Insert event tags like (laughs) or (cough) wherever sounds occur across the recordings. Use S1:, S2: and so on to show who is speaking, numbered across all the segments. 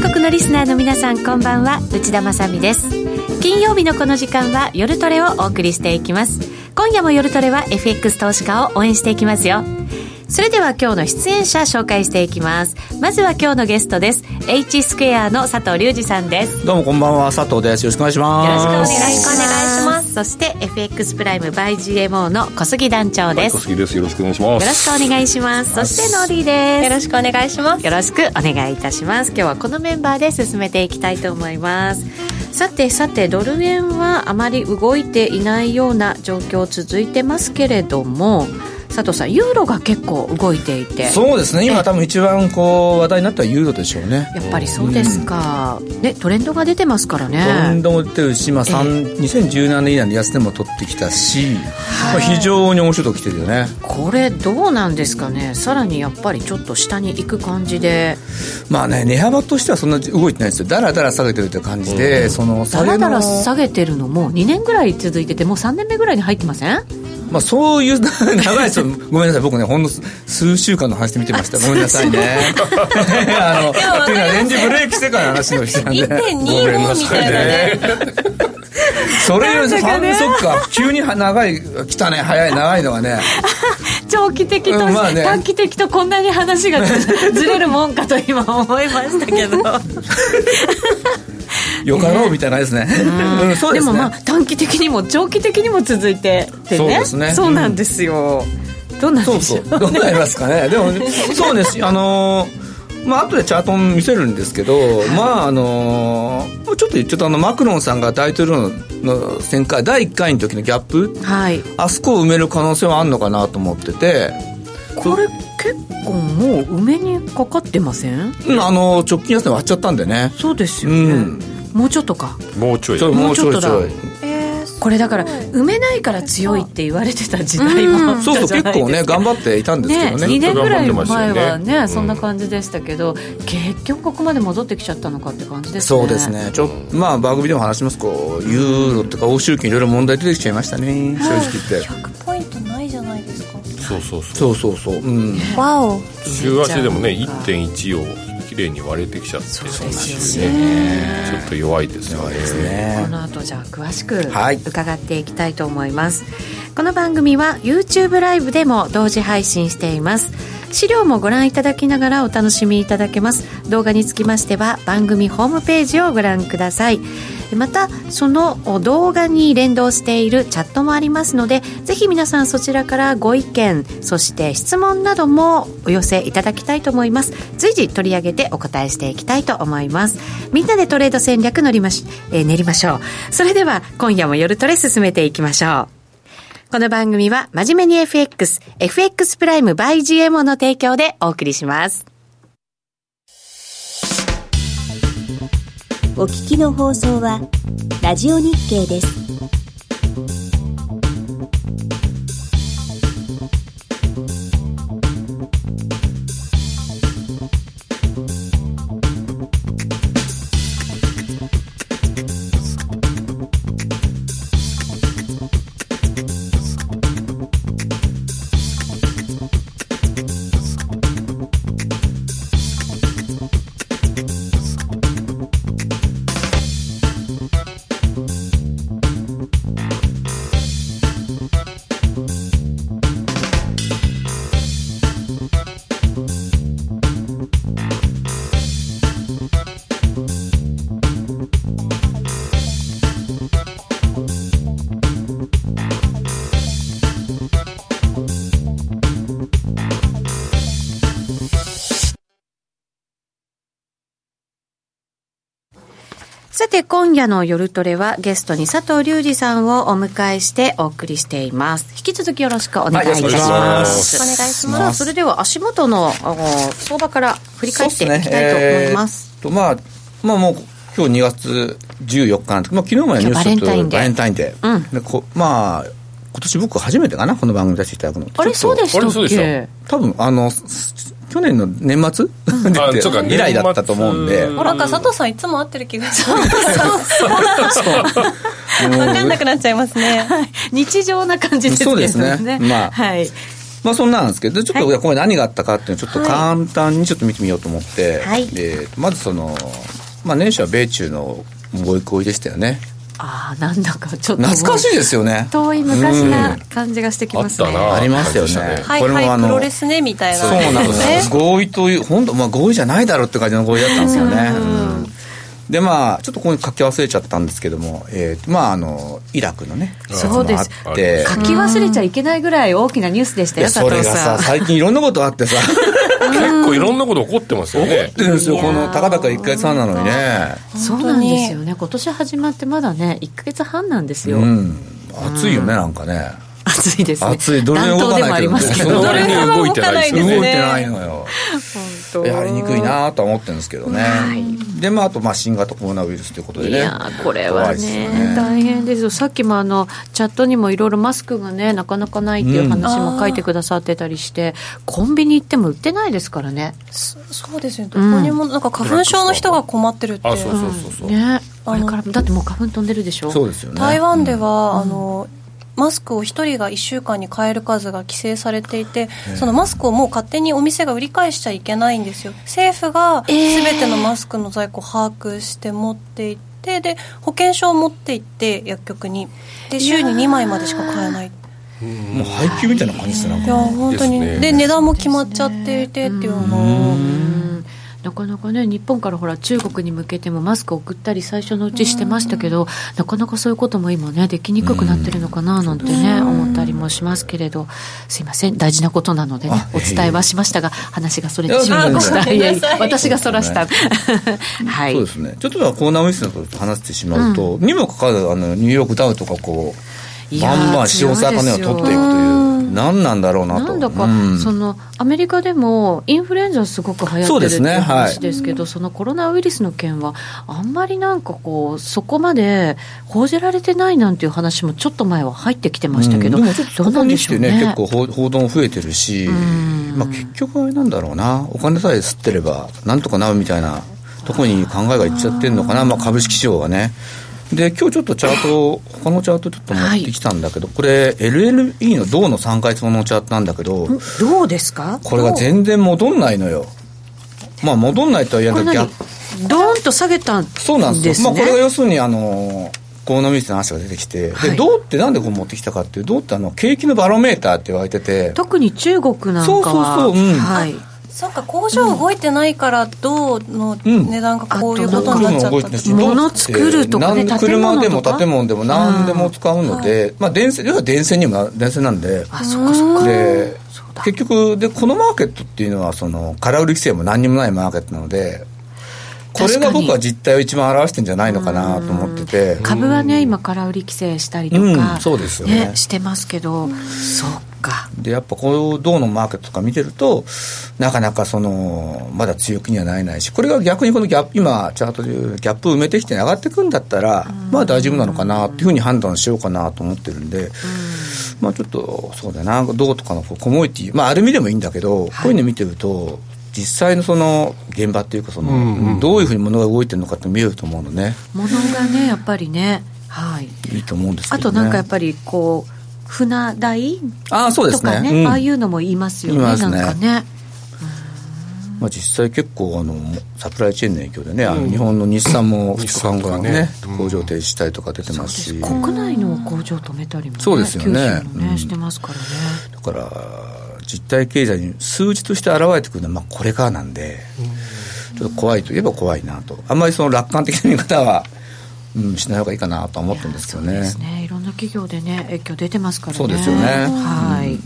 S1: ーの皆さんこんばんは内田まさみです金曜日のこの時間は夜トレをお送りしていきます今夜も夜トレは FX 投資家を応援していきますよそれでは今日の出演者紹介していきますまずは今日のゲストです H スクエアの佐藤隆二さんです
S2: どうもこんばんは佐藤ですよろしくお願いします
S1: よろしくお願いし
S3: よろしくお願いし
S1: ま。
S3: ます
S1: そして FX プライム by GMO の小杉団長
S3: は
S1: で
S3: い、
S1: す。
S3: 小
S1: よ
S3: 杉です。よろしくお願いしま
S1: ろ
S3: す。
S1: しくお願いします。そしてノーリーです。
S4: よろしくお願いします。
S1: よろしくお願いいたします。今日はこのメンバーで進めていきたいと思います。さてさてドル円はあまり動いていないような状況続いてますけれども佐藤さんユーロが結構動いていて
S2: そうですね
S1: ええ
S2: 今多分一番こう話題になったのはユーロでしょうね
S1: やっぱりそうですか、ねトレンドが出てますからね
S2: どんどん売ってるし、まあ、3 2017年以内の安値も取ってきたし、まあ、非常に面白いとこ来てるよね、
S1: これどうなんですかねさらにやっぱりちょっと下に行く感じで
S2: まあね値幅としてはそんな動いてないですよだらだら下げてるって感じで、その
S1: だ
S2: 下げ
S1: らだら
S2: の
S1: 下げてるのも2年ぐらい続いててもう3年目ぐらいに入ってません
S2: まあ、そういう (laughs) 長いですよごめんなさい僕ねほんの数数週間の話で見てましたごめんなさいね (laughs) あのというのはレンジブレーキしてからの話の人なんで
S3: ごめんな
S4: 1.25み
S3: さ
S4: たいなね。
S2: ねそれより三そっか急には長い来たね早い長いのがね
S1: 長期的と、
S2: うんまあね
S1: 短期的とこんなに話がずずれるもんかと今思いましたけど
S2: よかろうみたいなですね、うん、 (laughs) そう
S1: で
S2: です
S1: も
S2: ね
S1: まあ短期的にも長期的にも続いててね
S2: そうですね
S1: そうなんですよ、どうなん
S2: そ
S1: で
S2: う
S1: しょ
S2: そうう (laughs) どうなりますかねでもそうですあのーまあ後でチャートも見せるんですけど、まああのーもうちょっと言っちゃったあのマクロンさんが大統領の旋回第1回の時のギャップ
S1: はい
S2: あそこを埋める可能性はあるのかなと思ってて、
S1: これ結構もう梅にかかってません
S2: うんあのー直近安値割っちゃったんでね
S1: そうですよね、
S2: うん
S1: もうちょっとか
S3: もうちょい。
S2: それもうちょい
S1: もう
S2: ち
S1: ちょっ
S2: ょ
S1: と
S2: い
S1: だこれだから埋めないから強いって言われてた時代
S4: うん
S1: もあったじゃない
S2: そうそう
S1: ですか
S2: 結構ね頑張っていたんですけ
S1: ね
S2: どね
S1: 2年ぐらい前
S3: 頑張ってま
S1: は
S3: したよ
S1: ね
S3: ね
S1: そんな感じでしたけど、結局ここまで戻ってきちゃったのかって感じですね
S2: そうですねちょまあ番組でも話しますこうユーロとか欧州金いろいろ問題出てきちゃいましたね正直言って
S4: 100ポイントないじゃないですか。
S3: そうそうそう。
S2: そうそうそううん
S4: わお。
S3: 週足でもね、
S1: そうか
S3: 1.1を綺麗に割れてきちゃって、
S1: そう
S3: そ
S1: です
S3: ん
S1: よね
S3: な週ね。ちょっと弱いですよね。
S1: こ
S2: ね
S1: の後じゃあ詳しく
S2: はい
S1: 伺っていきたいと思います、この番組は YouTube ライブでも同時配信しています資料もご覧いただきながらお楽しみいただけます動画につきましては番組ホームページをご覧くださいまたその動画に連動しているチャットもありますのでぜひ皆さんそちらからご意見そして質問などもお寄せいただきたいと思います随時取り上げてお答えしていきたいと思いますみんなでトレード戦略乗りまし、えー練りましょうそれでは今夜も夜トレ進めていきましょうこの番組は真面目に FX、FX プライム by GMO の提供でお送りします。
S5: お聞きの放送は、ラジオ日経です。
S1: さて今夜の夜トレはゲストに佐藤隆二さんをお迎えしてお送りしています。引き続きよろしくお願いいたし
S2: はいよろしくお願
S1: ま。
S2: いしますす
S4: お願いし
S1: さ
S4: ま
S1: あそれでは足元のあの相場から振り返っていきたいと思います。
S2: そうっねえーっとまあまあもう今日2月14日なんですけど、まあ、昨日までニュースちょっと
S1: バレンタインデー
S2: バレンタインデ
S1: うん
S2: ーでこまあ今年僕初めてかなこの番組出していただくの
S1: あれそうでし
S3: あれ
S1: た
S3: そう
S1: っ
S3: で
S1: け
S3: し
S2: 多分あのす去年の年末出
S3: あそうか
S2: て以来だったと思うんで
S3: 年末
S4: ほら、なんか佐藤さんいつも会ってる気がする。わかんなくなっちゃいますね。
S1: 日常な感じですけどね。
S2: そうですねまあ
S1: (laughs) はい。
S2: まあそんなんですけど、ちょっと、
S1: はい
S2: いやこれ何があったかっていうのをちょっと簡単にちょっと見てみようと思って、
S1: はい
S2: でまずその、まあ、年初は米中のご意向でしたよね
S1: ああなんだかちょっと
S2: 懐かしいですよね
S1: 遠い昔な感じがしてきますね、
S3: あったな
S2: ありますよね
S3: 感じでした
S4: はい
S2: これも
S4: は
S2: あ
S4: いプ
S2: の
S4: ロレスねみたいな
S2: そうなんです
S4: ね
S2: よ合意という本当、まあ、合意じゃないだろうって感じの合意だったんですよね、うんでまあちょっとここに書き忘れちゃったんですけども、えーまああのイラクのね
S1: そうです
S2: やつもあって
S1: 書き忘れちゃいけないぐらい大きなニュースでした
S2: い
S1: よ
S2: や
S1: 佐
S2: それ
S1: 藤
S2: が
S1: さ
S2: さ
S1: ん
S2: 最近いろんなことあってさ
S3: 結構いろんなこと起こってますよね
S2: ってるんですよこのたかだか1回3なのにね
S1: そうなんですよね今年始まってまだね1か月半なんですよ、
S2: うん暑いよねなんかね
S1: 暑いですね
S2: 暑いどれも
S1: 暖
S2: 動
S1: 冬
S2: か
S1: でもあ
S2: ないけ
S1: り
S2: ど
S1: ますけ
S3: その
S1: ど
S4: ドル
S3: 割に
S4: 円は
S3: 動いてないです
S4: 動
S3: よ
S2: 動い
S4: か
S3: ね
S4: ですね
S2: てないのよやりにくいなとは思ってるんですけどねでまああとまあ新型コロナウイルスということで
S1: い
S2: ね
S1: やーこれはね
S2: 怖いですよね
S1: 大変ですよさっきもあのチャットにもいろいろマスクがねなかなかないっていう話も書いてくださってたりして、コンビニ行っても売ってないですからね
S4: そうですよねどこにもなんか花粉症の人が困ってるって
S3: あそうそうそうそう、
S1: ねこれからもだってもう花粉飛んでるでしょ
S2: そうですよね
S4: 台湾では、あのマスクを1人が1週間に買える数が規制されていて、そのマスクをもう勝手にお店が売り返しちゃいけないんですよ政府が
S1: えー
S4: 全てのマスクの在庫を把握して持っていってで保険証を持って行って薬局にで週に2枚までしか買えない
S2: もう配給みたいな感じですねなん
S4: い
S2: か
S4: や本当に
S3: です
S4: で,、
S3: ね
S4: 値段も決まっちゃっていてっていうのを
S1: うんなかなかね日本からほら中国に向けてもマスク送ったり最初のうちしてましたけどなかなかそういうことも今ねできにくくなってるのかななんてね思ったりもしますけれどすいません大事なことなのでね
S2: あ
S1: お伝えはしましたが話がそれてしまいました
S4: い
S1: いや
S4: やごめん
S1: い
S4: な
S1: や
S4: さい
S1: 私がそらした (laughs) は
S2: そう
S1: い
S2: ですねちょっとはコロナウイルスのこと話してしまうと、にもかかわらずあのニューヨークダウとかこう
S1: いや
S2: バ
S1: ー
S2: ンバン潮高値を取っていくという何なんだろうなと
S1: なんだか、
S2: うん
S1: そのアメリカでもインフルエンザすごく流行
S2: そ
S1: っ
S2: う
S1: てる
S2: で
S1: って
S2: す
S1: いう
S2: ねは
S1: 話
S2: い
S1: ですけど、そのコロナウイルスの件はあんまりなんかこうそこまで報じられてないなんていう話もちょっと前は入ってきてましたけど、
S2: うんでもちょっ
S1: ど
S2: とこ
S1: うな
S2: こ
S1: んで
S2: に
S1: し
S2: 来
S1: ょう
S2: て
S1: ね
S2: ね結構報報道も増えてるし、
S1: ん
S2: まあ、結局あれなんだろうなお金さえ吸ってればなんとかなるみたいなとこに考えがいっちゃってるのかなまあ、株式市場はねで今日ちょっとチャートを他のチャートちょっと持ってきたんだけど、これ LLE の銅の3回そのチャートなんだけど、
S1: どうですか
S2: これが全然戻んないのよまあ戻んないとは言
S1: こ
S2: え
S1: れ
S2: ないけど
S1: 何
S2: ギャ
S1: ドーンと下げたんですね
S2: そうなんですよまあ、これが要するにあのコロナウイルスの話が出てきて、
S1: はい
S2: で銅ってなんでこう持ってきたかっていう銅ってあの景気のバロメーターって言われてて
S1: 特に中国なんかは
S2: そうそうそううん
S1: はい、
S4: そっか工場動いてないから銅の
S2: うん
S4: 値段がこういうことになっち
S2: 車
S4: ゃっ
S2: 動いて
S4: たん
S2: な
S4: で
S2: い
S4: す
S2: し
S4: ね
S1: 物作るとかね
S2: な
S1: 建物
S2: ん
S1: とか
S2: 車でも建物でも何でも使うので、まあ電線要は電線にも電線なんで
S1: あそっかそっか
S2: で
S1: そうだ
S2: 結局でこのマーケットっていうのはその空売り規制も何にもないマーケットなのでこれ
S1: 確か
S2: が
S1: に
S2: 僕は実態を一番表してんじゃないのかなと思ってて
S1: 株はね今空売り規制したりと
S2: うん
S1: か、
S2: そうですよね
S1: してますけど、そっか
S2: でやっぱこう銅のマーケットとか見てるとなかなかそのまだ強気にはなれないしこれが逆にこのギャップ今チャートでいうギャップを埋めてきて上がってくんだったらまあ大丈夫なのかなっていうふうに判断しようかなと思ってるんでまあちょっとそうだな銅とかのこうコモディティまあアルミでもいいんだけどこういうの見てると実際のその現場っていうかそ
S3: うんうんう
S2: の
S3: ん
S2: どういうふうに物が動いてるのかって見えると思うのね
S1: 物がねやっぱりねはい
S2: いいと思うんですけ
S1: あと
S2: どね。
S1: なんかやっぱりこう船代
S2: ああそうで
S1: と
S2: すね
S1: かね
S2: うん
S1: ああいうのも言いますよね
S2: 言いますね
S1: なんかね
S2: まあ、実際結構あのサプライチェーンの影響でね、あの日本の日産も2
S3: 日
S2: 日間
S3: 産
S2: が
S3: が
S2: ね
S3: ね
S2: 工場停止したりとか出てますしだ
S1: 国内の工場止めたりも、ね、
S2: そうですよね
S1: 九州もね
S2: うん
S1: してますからね
S2: から実体経済に数字として現れてくるのはまあこれからなんで、ちょっと怖いといえば怖いなとあんまりその楽観的な見方は、うん、しない方がいいかなとは思ってるんですけど
S1: そう
S2: ね
S1: ですねいろんな企業でね影響出てますからね
S2: そうですよね
S1: はい、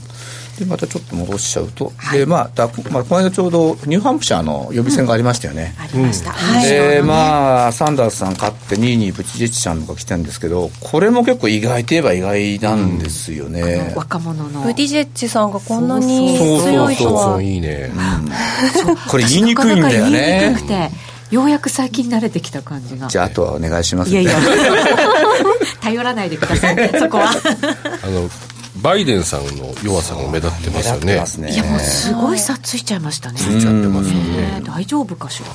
S2: でまたちょっと戻しちゃうと、でまあだまあ、この間ちょうどニューハンプシャーの予備選がありましたよね、
S1: ありました、はい
S2: で、
S1: あ
S2: まあ、サンダースさん勝って2位にブチジェッチさんが来たんですけど、これも結構意外といえば意外なんですよね。
S1: 若者の
S4: ブディジェッチさんがこんなに
S2: そうそう
S4: 強いと
S3: そう
S4: は
S3: そういいね、
S2: これ言いにくいんだよ
S1: なかなか。
S2: ね
S1: 言いにくくてようやく最近慣れてきた感じが
S2: じゃあ、あとはお願いします
S1: いや
S2: ね。
S1: いや (laughs) 頼らないでくださいそこは
S3: あのバイデンさんの弱さも目立ってますよ
S2: 目
S3: ね
S2: 立って
S1: い
S2: ます
S1: やもう
S2: ね。
S1: すごい差ついちゃいましたね
S3: ついちゃってますよね
S1: ね大丈夫かしら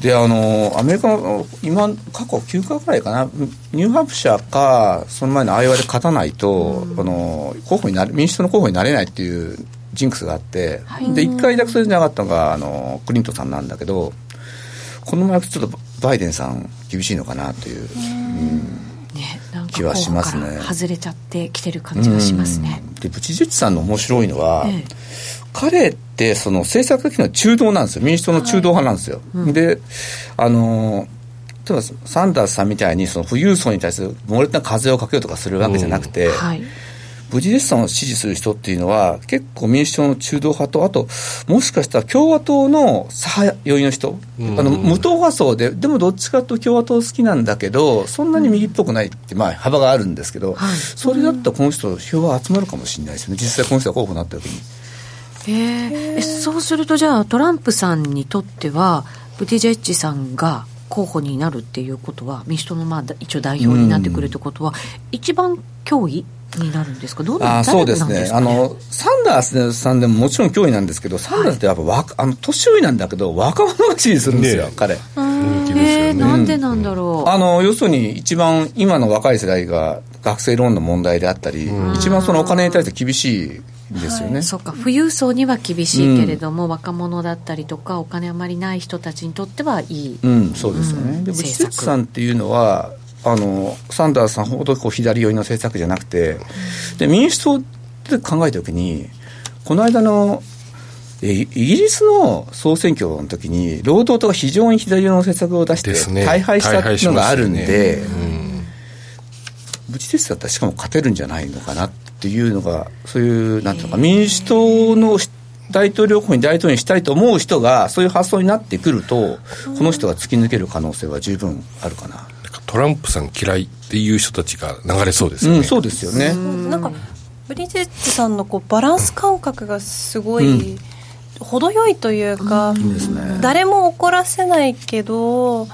S2: で、あの、アメリカの、今、過去9回くらいかな、ニューハンプシャーか、その前のアイオワで勝たないと、あの、候補になれ、民主党の候補になれないっていうジンクスがあって、で、1回だけそれじゃなかったのが、あの、クリントンさんなんだけど、この前ちょっとバイデンさん厳しいのかなという、
S1: ね、なんか
S2: 気はしますね
S1: 候補から外れちゃってきてる感じがしますね。
S2: うんでブチジェッチさんの面白いのは、
S1: ええ
S2: 彼ってその政策的には中道なんですよ民主党の中道派なんですよ、であの例えばサンダースさんみたいにその富裕層に対する猛烈な風をかけようとかするわけじゃなくて、
S1: はい、
S2: ブチジェッチさんを支持する人っていうのは結構民主党の中道派とあともしかしたら共和党の左派寄りの人、あの無党派層ででもどっちかというと共和党好きなんだけどそんなに右っぽくないって、まあ、幅があるんですけど、
S1: はい
S2: それだったらこの人票は集まるかもしれないですよね実際この人が候補になった時に。
S1: えーえそうするとじゃあトランプさんにとってはブティジェッジさんが候補になるっていうことは民主党のまあだ一応代表になってくるってことは、一番脅威になるんですかどうな
S2: あー
S1: ん
S2: そう
S1: 誰な
S2: です
S1: んで
S2: ね
S1: す
S2: あ
S1: かね
S2: の、サンダースさんでももちろん脅威なんですけど、サンダースってやっぱ若、あの年寄りなんだけど、若者が支持するんですよ、
S3: ねえ
S2: 彼。
S3: 人気です
S1: え
S3: よ
S1: ー
S3: ね。
S1: なんでなんだろう、
S2: あの要するに一番今の若い世代が学生ローンの問題であったり、一番そのお金に対して厳しいんですよね。
S1: そうか富裕層には厳しいけれども、若者だったりとかお金あまりない人たちにとってはいい、
S2: うん、そうですよね。
S1: うん
S2: で、ブチセ
S1: 政策
S2: ッツさんっていうのは、あの、サンダースさんほどこう左寄りの政策じゃなくて、で、民主党って考えたときに、この間の、えイギリスの総選挙の時に、労働党が非常に左寄りの政策を出して
S3: です、ね
S2: 大敗したっていうのがあるん
S3: 大敗
S2: で、ブチセッツだったらしかも勝てるんじゃないのかなっていうのが、そういう、なんていうのか、民主党の大統領候補に大統領にしたいと思う人が、そういう発想になってくると、この人が突き抜ける可能性は十分あるかな。
S3: なんかトランプさん嫌いっていう人たちが流れそうですよ
S2: う
S3: ね。
S2: ん、そうですよね。
S4: なんかブリジェットさんのこうバランス感覚がすごい、程よいというか、誰も怒らせないけど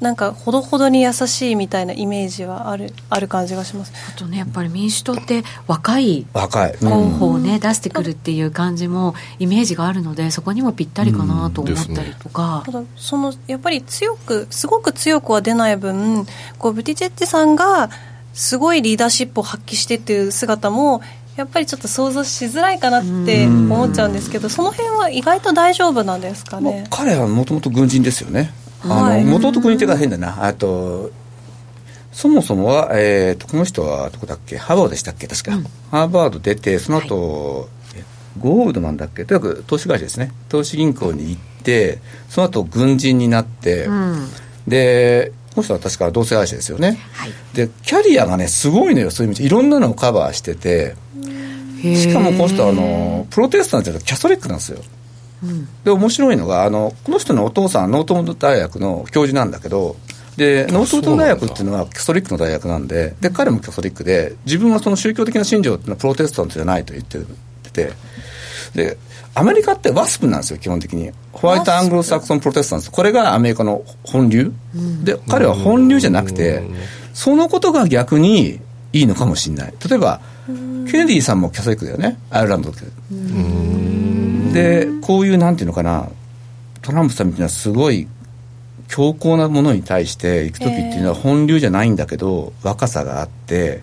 S4: なんかほどほどに優しいみたいなイメージはあるある感じがします
S1: あとねやっぱり民主党って若い
S2: 若い。うん
S1: 候補をね、出してくるっていう感じもイメージがあるのでそこにもぴったりかなと思ったりとか、
S4: ただそのやっぱり強くすごく強くは出ない分こうブティジェッテさんがすごいリーダーシップを発揮してっていう姿もやっぱりちょっと想像しづらいかなって思っちゃうんですけどその辺は意外と大丈夫なんですか
S2: もう
S4: ね
S2: 彼はもともと軍人ですよね。あ
S4: はい
S2: の、もともと軍人っていうか変だな。あと、そもそもは、えーと、この人はどこだっけハーバードでしたっけ確か、ハーバード出て、その後、えゴールドマンだっけとにかく投資会社ですね。投資銀行に行って、その後軍人になって、
S1: うん
S2: で、この人は確か同性愛者ですよね。
S1: はい
S2: で、キャリアがね、すごいのよ、そういう意味で。いろんなのをカバーしてて、しかもこの人はあのプロテスタントじゃなくてキャソリックなんですよ、で面白いのがあのこの人のお父さんはノートン大学の教授なんだけどでノートン
S3: そうなん
S2: 大
S3: だ
S2: 学っていうのはキャソリックの大学なんでで彼もキャソリックで自分はその宗教的な信条っていうのはプロテスタントじゃないと言っててでアメリカってワスプなんですよ基本的にホワイトアングロサクソンプロテスタントこれがアメリカの本流、で彼は本流じゃなくてそのことが逆にいいのかもしれない例えばケネディさんもキャサリックだよねアイルランドでこういうなんていうのかなトランプさんみたいなすごい強硬なものに対して行く時っていうのは本流じゃないんだけど、若さがあって、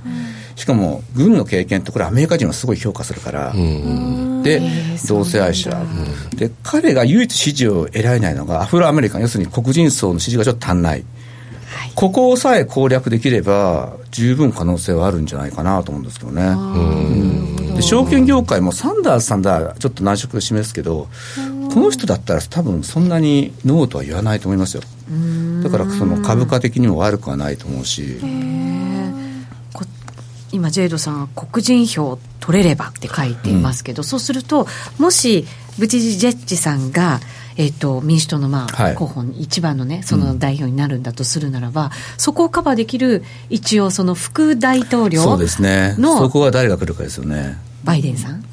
S2: しかも軍の経験ってこれアメリカ人はすごい評価するから、で同性愛者で彼が唯一支持を得られないのがアフロアメリカン要するに黒人層の支持がちょっと足んない、ここさえ攻略できれば十分可能性はあるんじゃないかなと思うんですけどね。で証券業界もサンダースさんだちょっと難色を示すけどこの人だったら多分そんなにノーとは言わないと思いますよだからその株価的にも悪くはないと思うし
S1: こ今ジェイドさんは黒人票取れればって書いていますけど、そうするともしブチジェッジさんが、えっと民主党の、まあ
S2: はい
S1: 候補に一番のねその代表になるんだとするならば、そこをカバーできる一応その副大統領
S2: そうですね
S1: の
S2: そこは誰が来るかですよね
S1: バイデンさん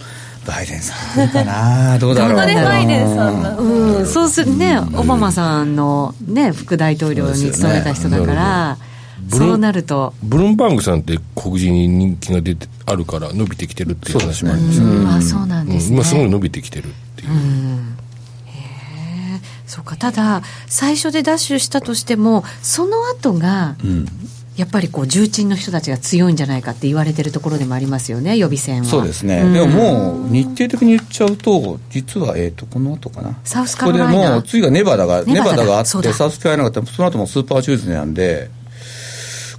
S2: バイデンさん来るかなどうだろう
S4: それバイデンさんなの
S1: うん、そうするね、オバマさんの、ね、副大統領に務めた人だから、
S3: そうですよね
S1: そうなると、
S3: ブルームバーグさんって黒人に人気が出てあるから伸びてきてるっていう話もありますよね。
S1: うんあそうなん
S3: うん
S1: ですね、
S3: 今すごい伸びてきてるっていう。
S1: そうかただ、最初でダッシュしたとしても、その後が、やっぱりこう重鎮の人たちが強いんじゃないかって言われてるところでもありますよね、予備選は。
S2: そうですね、
S1: うん
S2: でももう日程的に言っちゃうと実は、えー、とこの後かな
S1: サウスカロライナ
S2: ここでもう次がネバダが
S1: ネ
S2: ネ
S1: バ
S2: バ
S1: ダ
S2: ダ
S1: だ
S2: があっ
S1: そう
S2: て
S1: だ
S2: サウスカロライナがあってその後もスーパーチューズデーなんで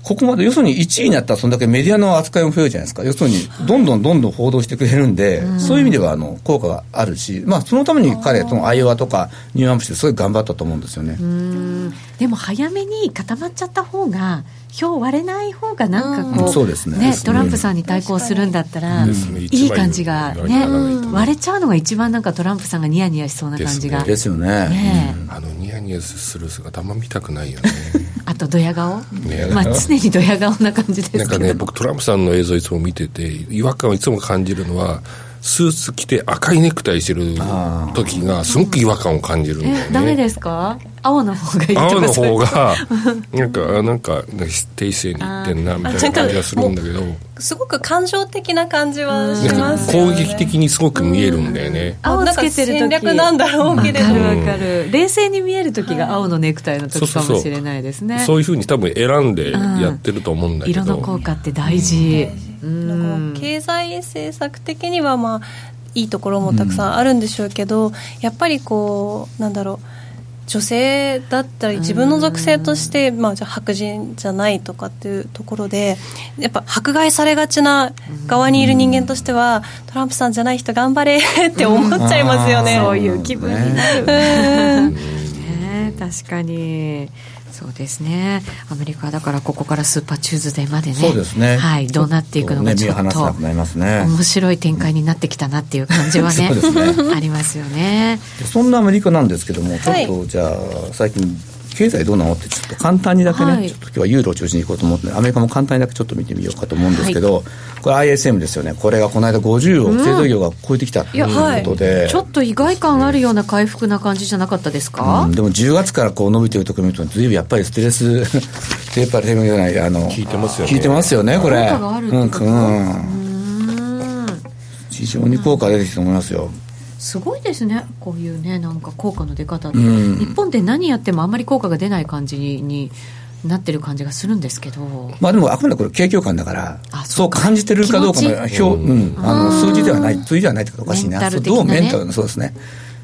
S2: ここまで要するに1位になったらそんだけメディアの扱いも増えるじゃないですか要するにどんどんどんどん報道してくれるんで、そういう意味ではあの効果があるし、まあ、そのために彼とのアイオワとかニューアンプシュですごい頑張ったと思うんですよね。
S1: うんでも早めに固まっちゃった方が票割れない方がなんかこう,、
S2: うんそうですねですね
S1: トランプさんに対抗するんだったら、
S3: ですね
S1: いい感じが、
S3: 一番いい
S1: ね
S3: のがいいと思う
S1: 割れちゃうのが一番なんかトランプさんがニヤニヤしそうな感じが、
S2: ですよね。
S1: ねえ
S3: あのニヤニヤする姿あんま見たくないよ
S1: (laughs)
S3: ね
S1: あとドヤ顔、
S3: ねえ
S1: まあ、常にドヤ顔な感じですけど
S3: なんかね僕トランプさんの映像いつも見てて違和感をいつも感じるのはスーツ着て赤いネクタイしてる時がすごく違和感を感じるんだよね
S1: えダメですか青の方がいいとか
S3: 青の
S1: そうい
S3: 方
S1: う
S3: が (laughs) なんかあなんか低姿勢にいってんなみたいな感じがするんだけど
S4: すごく感情的な感じはし
S3: な
S4: ま
S3: んか
S4: す
S3: 攻
S4: よね
S3: 撃的にすごく見えるんだよね
S1: 青つけてる時
S4: なんか戦略なんだろうけれど
S1: わか
S4: も
S1: るわかる冷静に見える時が青のネクタイの
S3: そう
S1: 時か
S3: そうそ
S1: も
S3: う
S1: しれないですね
S3: そういうふうに多分選んでやってると思うんだけ
S1: 色の
S3: ど
S1: 効果って大事、
S4: なんか経済政策的にはまあいいところもたくさんあるんでしょうけど、やっぱりこうなんだろう女性だったり自分の属性として、まあ、じゃあ白人じゃないとかっていうところでやっぱ迫害されがちな側にいる人間としてはトランプさんじゃない人頑張れって思っちゃいますよね。 (laughs)
S1: そういう気分になる、ねえ確かにそうですねアメリカはだからここからスーパーチューズデーまでね
S2: そうですね
S1: はい、どうなっていくのかち
S2: ち
S1: ょ
S2: ょっとね
S1: っ
S2: 見放せな
S1: と
S2: くなりますね
S1: 面白い展開になってきたなっていう感じはね
S2: そうです
S1: ありますよね
S2: そんなアメリカなんですけども、ちょ
S4: はい
S2: っとじゃあ、最近、経済どうなのって、ちょっと簡単にだけね、
S1: はい
S2: ちょっと今日はユーロを中心にいこうと思って、アメリカも簡単にだけちょっと見てみようかと思うんですけど、これ、ISM ですよね、これがこの間50を製造業が超えてきたと
S1: い
S2: い
S1: や、は
S2: う
S1: い
S2: ことで。
S1: ちょっと意外感あるような回復な感じじゃなかったですか、
S2: うんでも10月からこう伸びてるところ見ると、ずいぶんやっぱりステレス (laughs) テーパーテーマじゃない、あの、
S3: 聞いてますよね
S2: 聞いてますよね、これ。
S1: 効果があるってこと
S2: うんうん
S1: うん
S2: 非常に効果が出てきたと思いますよ。
S1: すごいですねこういうねなんか効果の出方って、
S2: うん
S1: 日本で何やってもあんまり効果が出ない感じにになってる感じがするんですけど
S2: まあでもあくまでこれ景況感だから
S1: あ
S2: そう感じてるかどうかの
S1: 気
S2: 表、うん、あの数字ではない数字ではないってことおかしい
S1: メン
S2: な
S1: タル的
S2: そうど
S1: な
S2: う
S1: ね
S2: メンタルのそうですね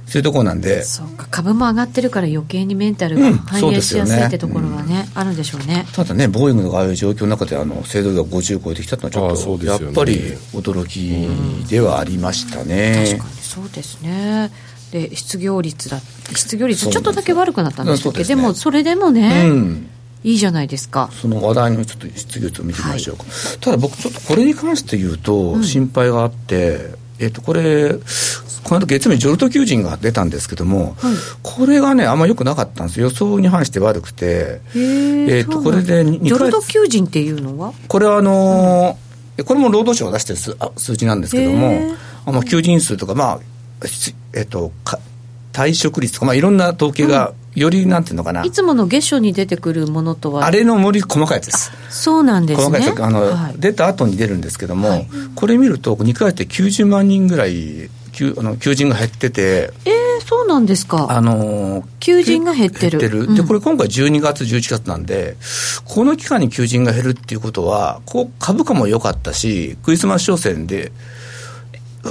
S2: そういうところなんで
S1: そうか株も上がってるから余計にメンタルが
S2: うん
S1: 反
S2: そう
S1: 映
S2: で
S1: し
S2: す
S1: や
S2: よね
S1: すいってところはね、あるんでしょうね
S2: ただねボーイングとかああいう状況の中であの制度が50超えてきたってのは
S3: ああ
S2: ち
S3: そ
S2: ょ
S3: う
S2: っ
S3: で
S2: と
S3: す
S2: や
S3: よ
S2: っ
S3: ね
S2: ぱり驚きではありました
S1: 確
S2: ね
S1: かにそうですねで失業率だ失業率
S2: そう
S1: ちょ
S2: なんです
S1: っと
S2: よ
S1: だけ悪くなったんですけど
S2: うんそうです
S1: で
S2: ね
S1: もそれでもね、
S2: うん
S1: いいじゃないですか
S2: その話題のちょっと失業率を見てみましょうか、ただ僕ちょっとこれに関して言うと心配があって、えっとこれこの間月曜日にジョルト求人が出たんですけども、これがねあんま良くなかったんです予想に反して悪くて
S1: へー
S2: えっと
S1: そうなんだ
S2: これでに
S1: ジョルド求人っていうのは
S2: これはあのーこれも労働省が出してる数あ数字なんですけど
S1: へ
S2: も
S1: ー、
S2: あの求人数とか、まあしえっと、か退職率とか、まあ、いろんな統計が、よりなんていうのかな、
S1: いつもの月初に出てくるものとは
S2: あれの森細かいやつです。
S1: そうなんです
S2: 細
S1: ね
S2: かいやつあの、
S1: はい
S2: 出た後に出るんですけども、これ見ると、2回って90万人ぐらい、求あの求人が減ってて、
S1: えー、そうなんです
S2: あ
S1: か。
S2: のー
S1: 求人が減ってるうん
S2: で、これ今回12月、11月なんで、この期間に求人が減るっていうことは、こう株価も良かったし、クリスマス商戦で、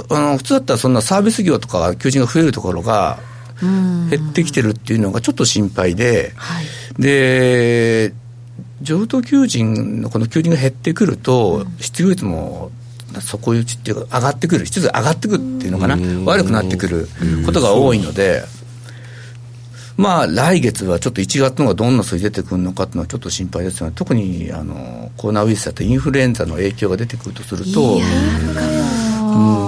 S2: あの普通だったらそんなサービス業とか求人が増えるところが
S1: うん。
S2: 減ってきてるっていうのがちょっと心配で、
S1: はい。
S2: で、上等求人のこの求人が減ってくると、失業率も底打ちっていうか、上がってくる、失業率が上がってくるっていうのかな
S3: うん、
S2: 悪くなってくることが多いので、まあ、来月はちょっと1月の方がどんな数字出てくるのかっていうのはちょっと心配ですよね、特にあのコロナウイルスだったりインフルエンザの影響が出てくるとすると、うん
S1: いや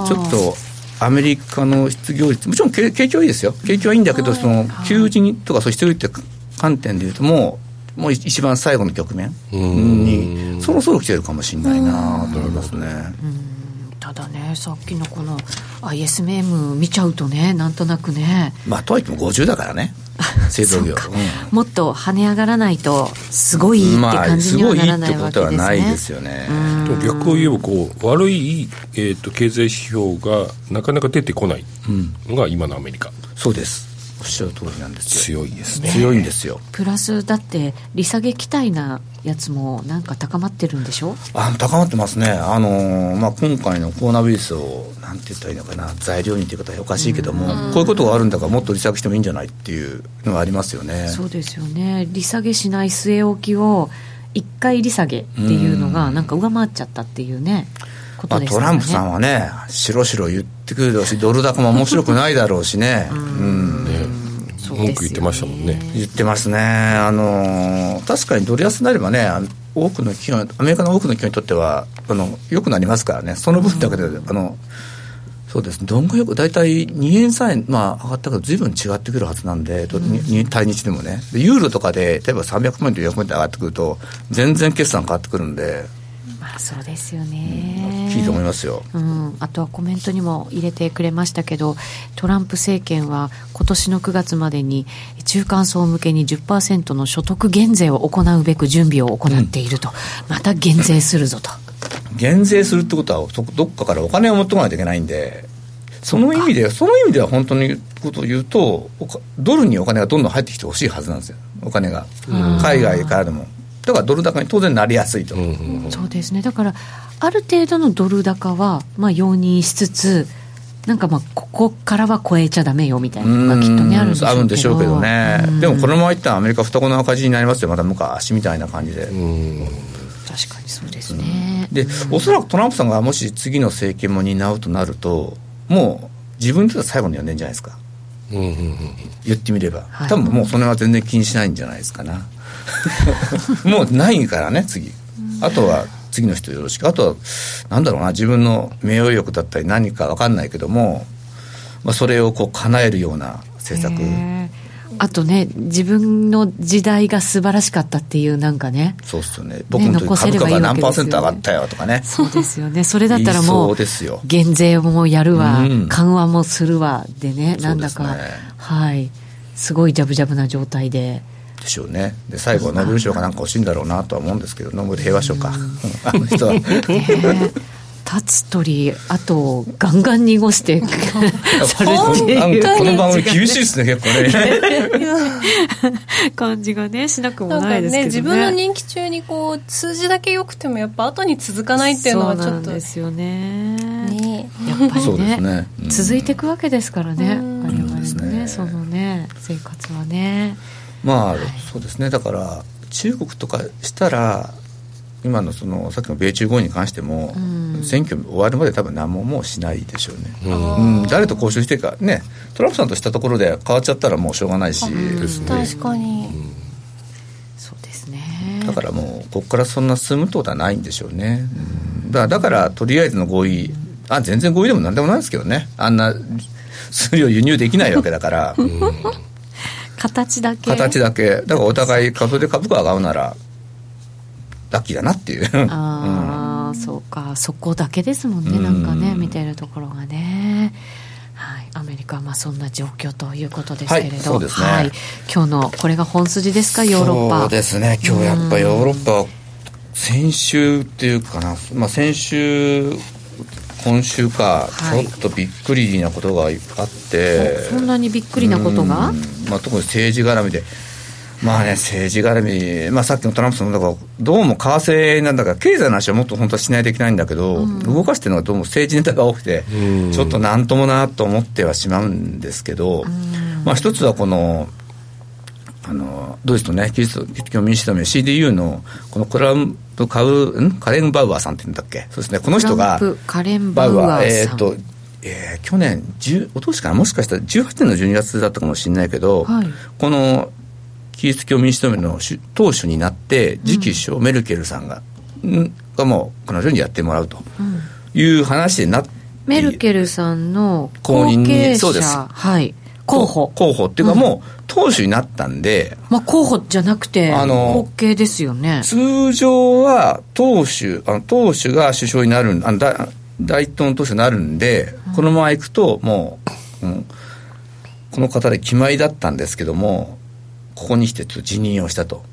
S2: ちょっと。アメリカの失業率、もちろん景景気はいいですよ、景気はいいんだけど、その求人とか、そういう失業率って観点でいうと、もう、もう一番最後の局面
S3: うん
S2: に、そろそろ来てるかもしれないなと思いますね。
S1: ただね、さっきのこの ISM 見ちゃうとね、なんとなくね、
S2: まあ、とはいっても50だか
S1: (laughs)
S2: らね、製造業。うん
S1: もっと跳ね上がらないと、すごいって
S2: ま
S1: 感
S2: あ、
S1: じ
S2: す
S1: には
S2: ごいい
S1: ないら
S2: っ
S1: な
S2: て
S1: い
S2: こ
S1: わけ
S2: と
S1: で
S2: は
S1: すね。
S2: ないですよね。
S3: でも逆を言えばこう悪い、えー、と経済指標がなかなか出てこないのが今のアメリカ、
S2: そうです。おっしゃる通りなんですよ
S3: 強いですね
S2: 強いんですよ
S1: プラスだって利下げ期待なやつもなんか高まってるんでしょ
S2: あ高まってますね、あのーまあ、今回のコロナウイルスをなんて言ったらいいのかな、材料にという方はおかしいけども、こういうことがあるんだから、もっと利下げしてもいいんじゃないっていうのがありますよね。
S1: そうですよね利下げしない据え置きを1回利下げっていうのがなんか上回っちゃったっていうねこと
S2: まあ、
S1: です
S2: ト
S1: からね
S2: ランプさんはね、白々言ってくるだろうし、ドル高も面白くないだろうしね、うん
S1: そうですよね
S3: 文句言ってましたもんね
S2: 言ってますね、あのー確かにドル安になればね、あの多くの企業、アメリカの多くの企業にとっては、あの良くなりますからね、その分だけで、あのそうですね、どんぐらいよく、大体2円、3円、まあ、上がったけど、ずいぶん違ってくるはずなんで、どにに対日でもね、でユーロとかで、例えば300ポイント、400ポイント上がってくると、全然決算変わってくるんで、
S1: まあそうですよね、
S2: いいと思いますよ。
S1: うん、あとはコメントにも入れてくれましたけどトランプ政権は今年の9月までに中間層向けに10%の所得減税を行うべく準備を行っていると、また減税するぞと
S2: 減税するってことはそどっかからお金を持ってこないといけないんでその意味でその意味では本当にことを言うとおかドルにお金がどんどん入ってきてほしいはずなんですよお金が海外からでもだからドル高に当然なりやすいと、
S1: そうですねだからある程度のドル高はまあ容認しつつなんかまあここからは超えちゃダメよみたいなのがきっとねあるんでしょうけど
S2: あるんでしょうけどね
S1: うん
S2: でもこのままいったらアメリカ双子の赤字になりますよまた昔みたいな感じで、
S3: うん
S1: 確かにそうですね、
S2: でおそらくトランプさんがもし次の政権も担うとなるともう自分では最後の4年じゃないですか
S3: うんうんうん
S2: 言ってみれば、
S1: はい
S2: 多分もうそれは全然気にしないんじゃないですかな (laughs) もうないからね次あとは次の人よろしくあとはなんだろうな自分の名誉欲だったり何か分かんないけども、まあ、それをこう叶えるような政策
S1: へーあとね自分の時代が素晴らしかったっていうなんかね
S2: そうっすよね僕の時
S1: 残せ
S2: 株
S1: れば
S2: 価
S1: いい
S2: が
S1: わ
S2: 何
S1: け
S2: パ
S1: で
S2: ー
S1: す
S2: セ
S1: よ
S2: ン
S1: ね
S2: ト上がったよとかね
S1: そうですよねそれだったらも
S2: 言
S1: う
S2: いそうですよ
S1: 減税もやるわ、
S2: うん
S1: 緩和もするわでねなんだか
S2: そうですね
S1: はいすごいジャブジャブな状態で
S2: でしょうねで最後ノーベル賞かなんか欲しいんだろうなとは思うんですけどノーベル平和
S1: (laughs)
S2: 賞か、あの人は
S1: ね (laughs) 立つ鳥あとガンガン濁して
S2: (laughs)
S1: されてい
S2: なん
S1: る
S2: かこの番組厳しいですね
S1: (laughs)
S2: 結構ね
S4: いや
S1: 感じがねしなく
S4: な
S1: も
S4: ん
S1: な
S4: か
S1: いですけどね
S4: ね自分の人気中にこう数字だけ良くてもやっぱ後に続かないっていうのはち
S1: そう
S4: ょ
S1: な
S4: っ
S1: ん
S4: と
S1: ですよね
S4: ね
S1: やっぱりね
S2: そうですねうん
S1: 続いていくわけですからね、
S4: うん
S1: 我々の
S2: そう
S1: ね
S2: ですね
S1: そのね生活はね
S2: まあ、そうですねだから中国とかしたら今のそのさっきの米中合意に関しても、
S1: うん
S2: 選挙終わるまで多分何ももうしないでしょうね、うん誰と交渉していいかねトランプさんとしたところで変わっちゃったらもうしょうがないし、
S3: ですね
S4: 確かに、
S1: そうですね
S2: だからもうここからそんな進むってことはないんでしょうね、うんだだからとりあえずの合意あ全然合意でも何でもないですけどねあんな数量輸入できないわけだ
S1: (laughs)
S2: から、
S1: 形だけ
S2: 形だけだからお互い株で株価上がうならラッキーだなっていう
S1: ああ、そうかそこだけですもんね、
S2: うん
S1: なんかね見てるところがねはい、アメリカはまあそんな状況ということですけれど、
S2: はいそうですね
S1: はい今日のこれが本筋ですかヨーロッパ
S2: そうですね今日やっぱヨーロッパは先週っていうかな、まあ、先週今週か、
S1: はい
S2: ちょっとびっくりなことがあって
S1: そんなにびっくりなことが
S2: うんまあ、特に政治絡みでまあね政治絡み、まあ、さっきのトランプさんもだからどうも為替なんだから経済の話はもっと本当はしないといけないんだけど、動かしてるのがどうも政治ネタが多くて、
S3: うん
S2: ちょっとなんともなと思ってはしまうんですけど、まあ、一つはこのあのドイツのねキリストキリスト教民主党の CDU のこのクランプカウんカレンバウアーさんって言うんだっけそうですねこの人が
S1: トランプカレンバウアーさん
S2: えーっとえー去年10おとしかなもしかしたら18年の12月だったかもしれないけど、
S1: はい
S2: このキリスト教民主党の主党首になって次期首相、メルケルさんがんがもう彼女にやってもらうという話になって、
S1: メルケルさんの後
S2: 公認に
S1: 継
S2: そう
S1: 者
S2: です
S1: はい候補
S2: 候補っていうかもう党首になったんで、
S1: まあ、候補じゃなくて
S2: あの
S1: 後継ですよね
S2: 通常は党首あの党首が首相になるんあのだ大統領の党首になるんで、このままいくともう、うんこの方で決まりだったんですけどもここに来てちょっと辞任をしたと。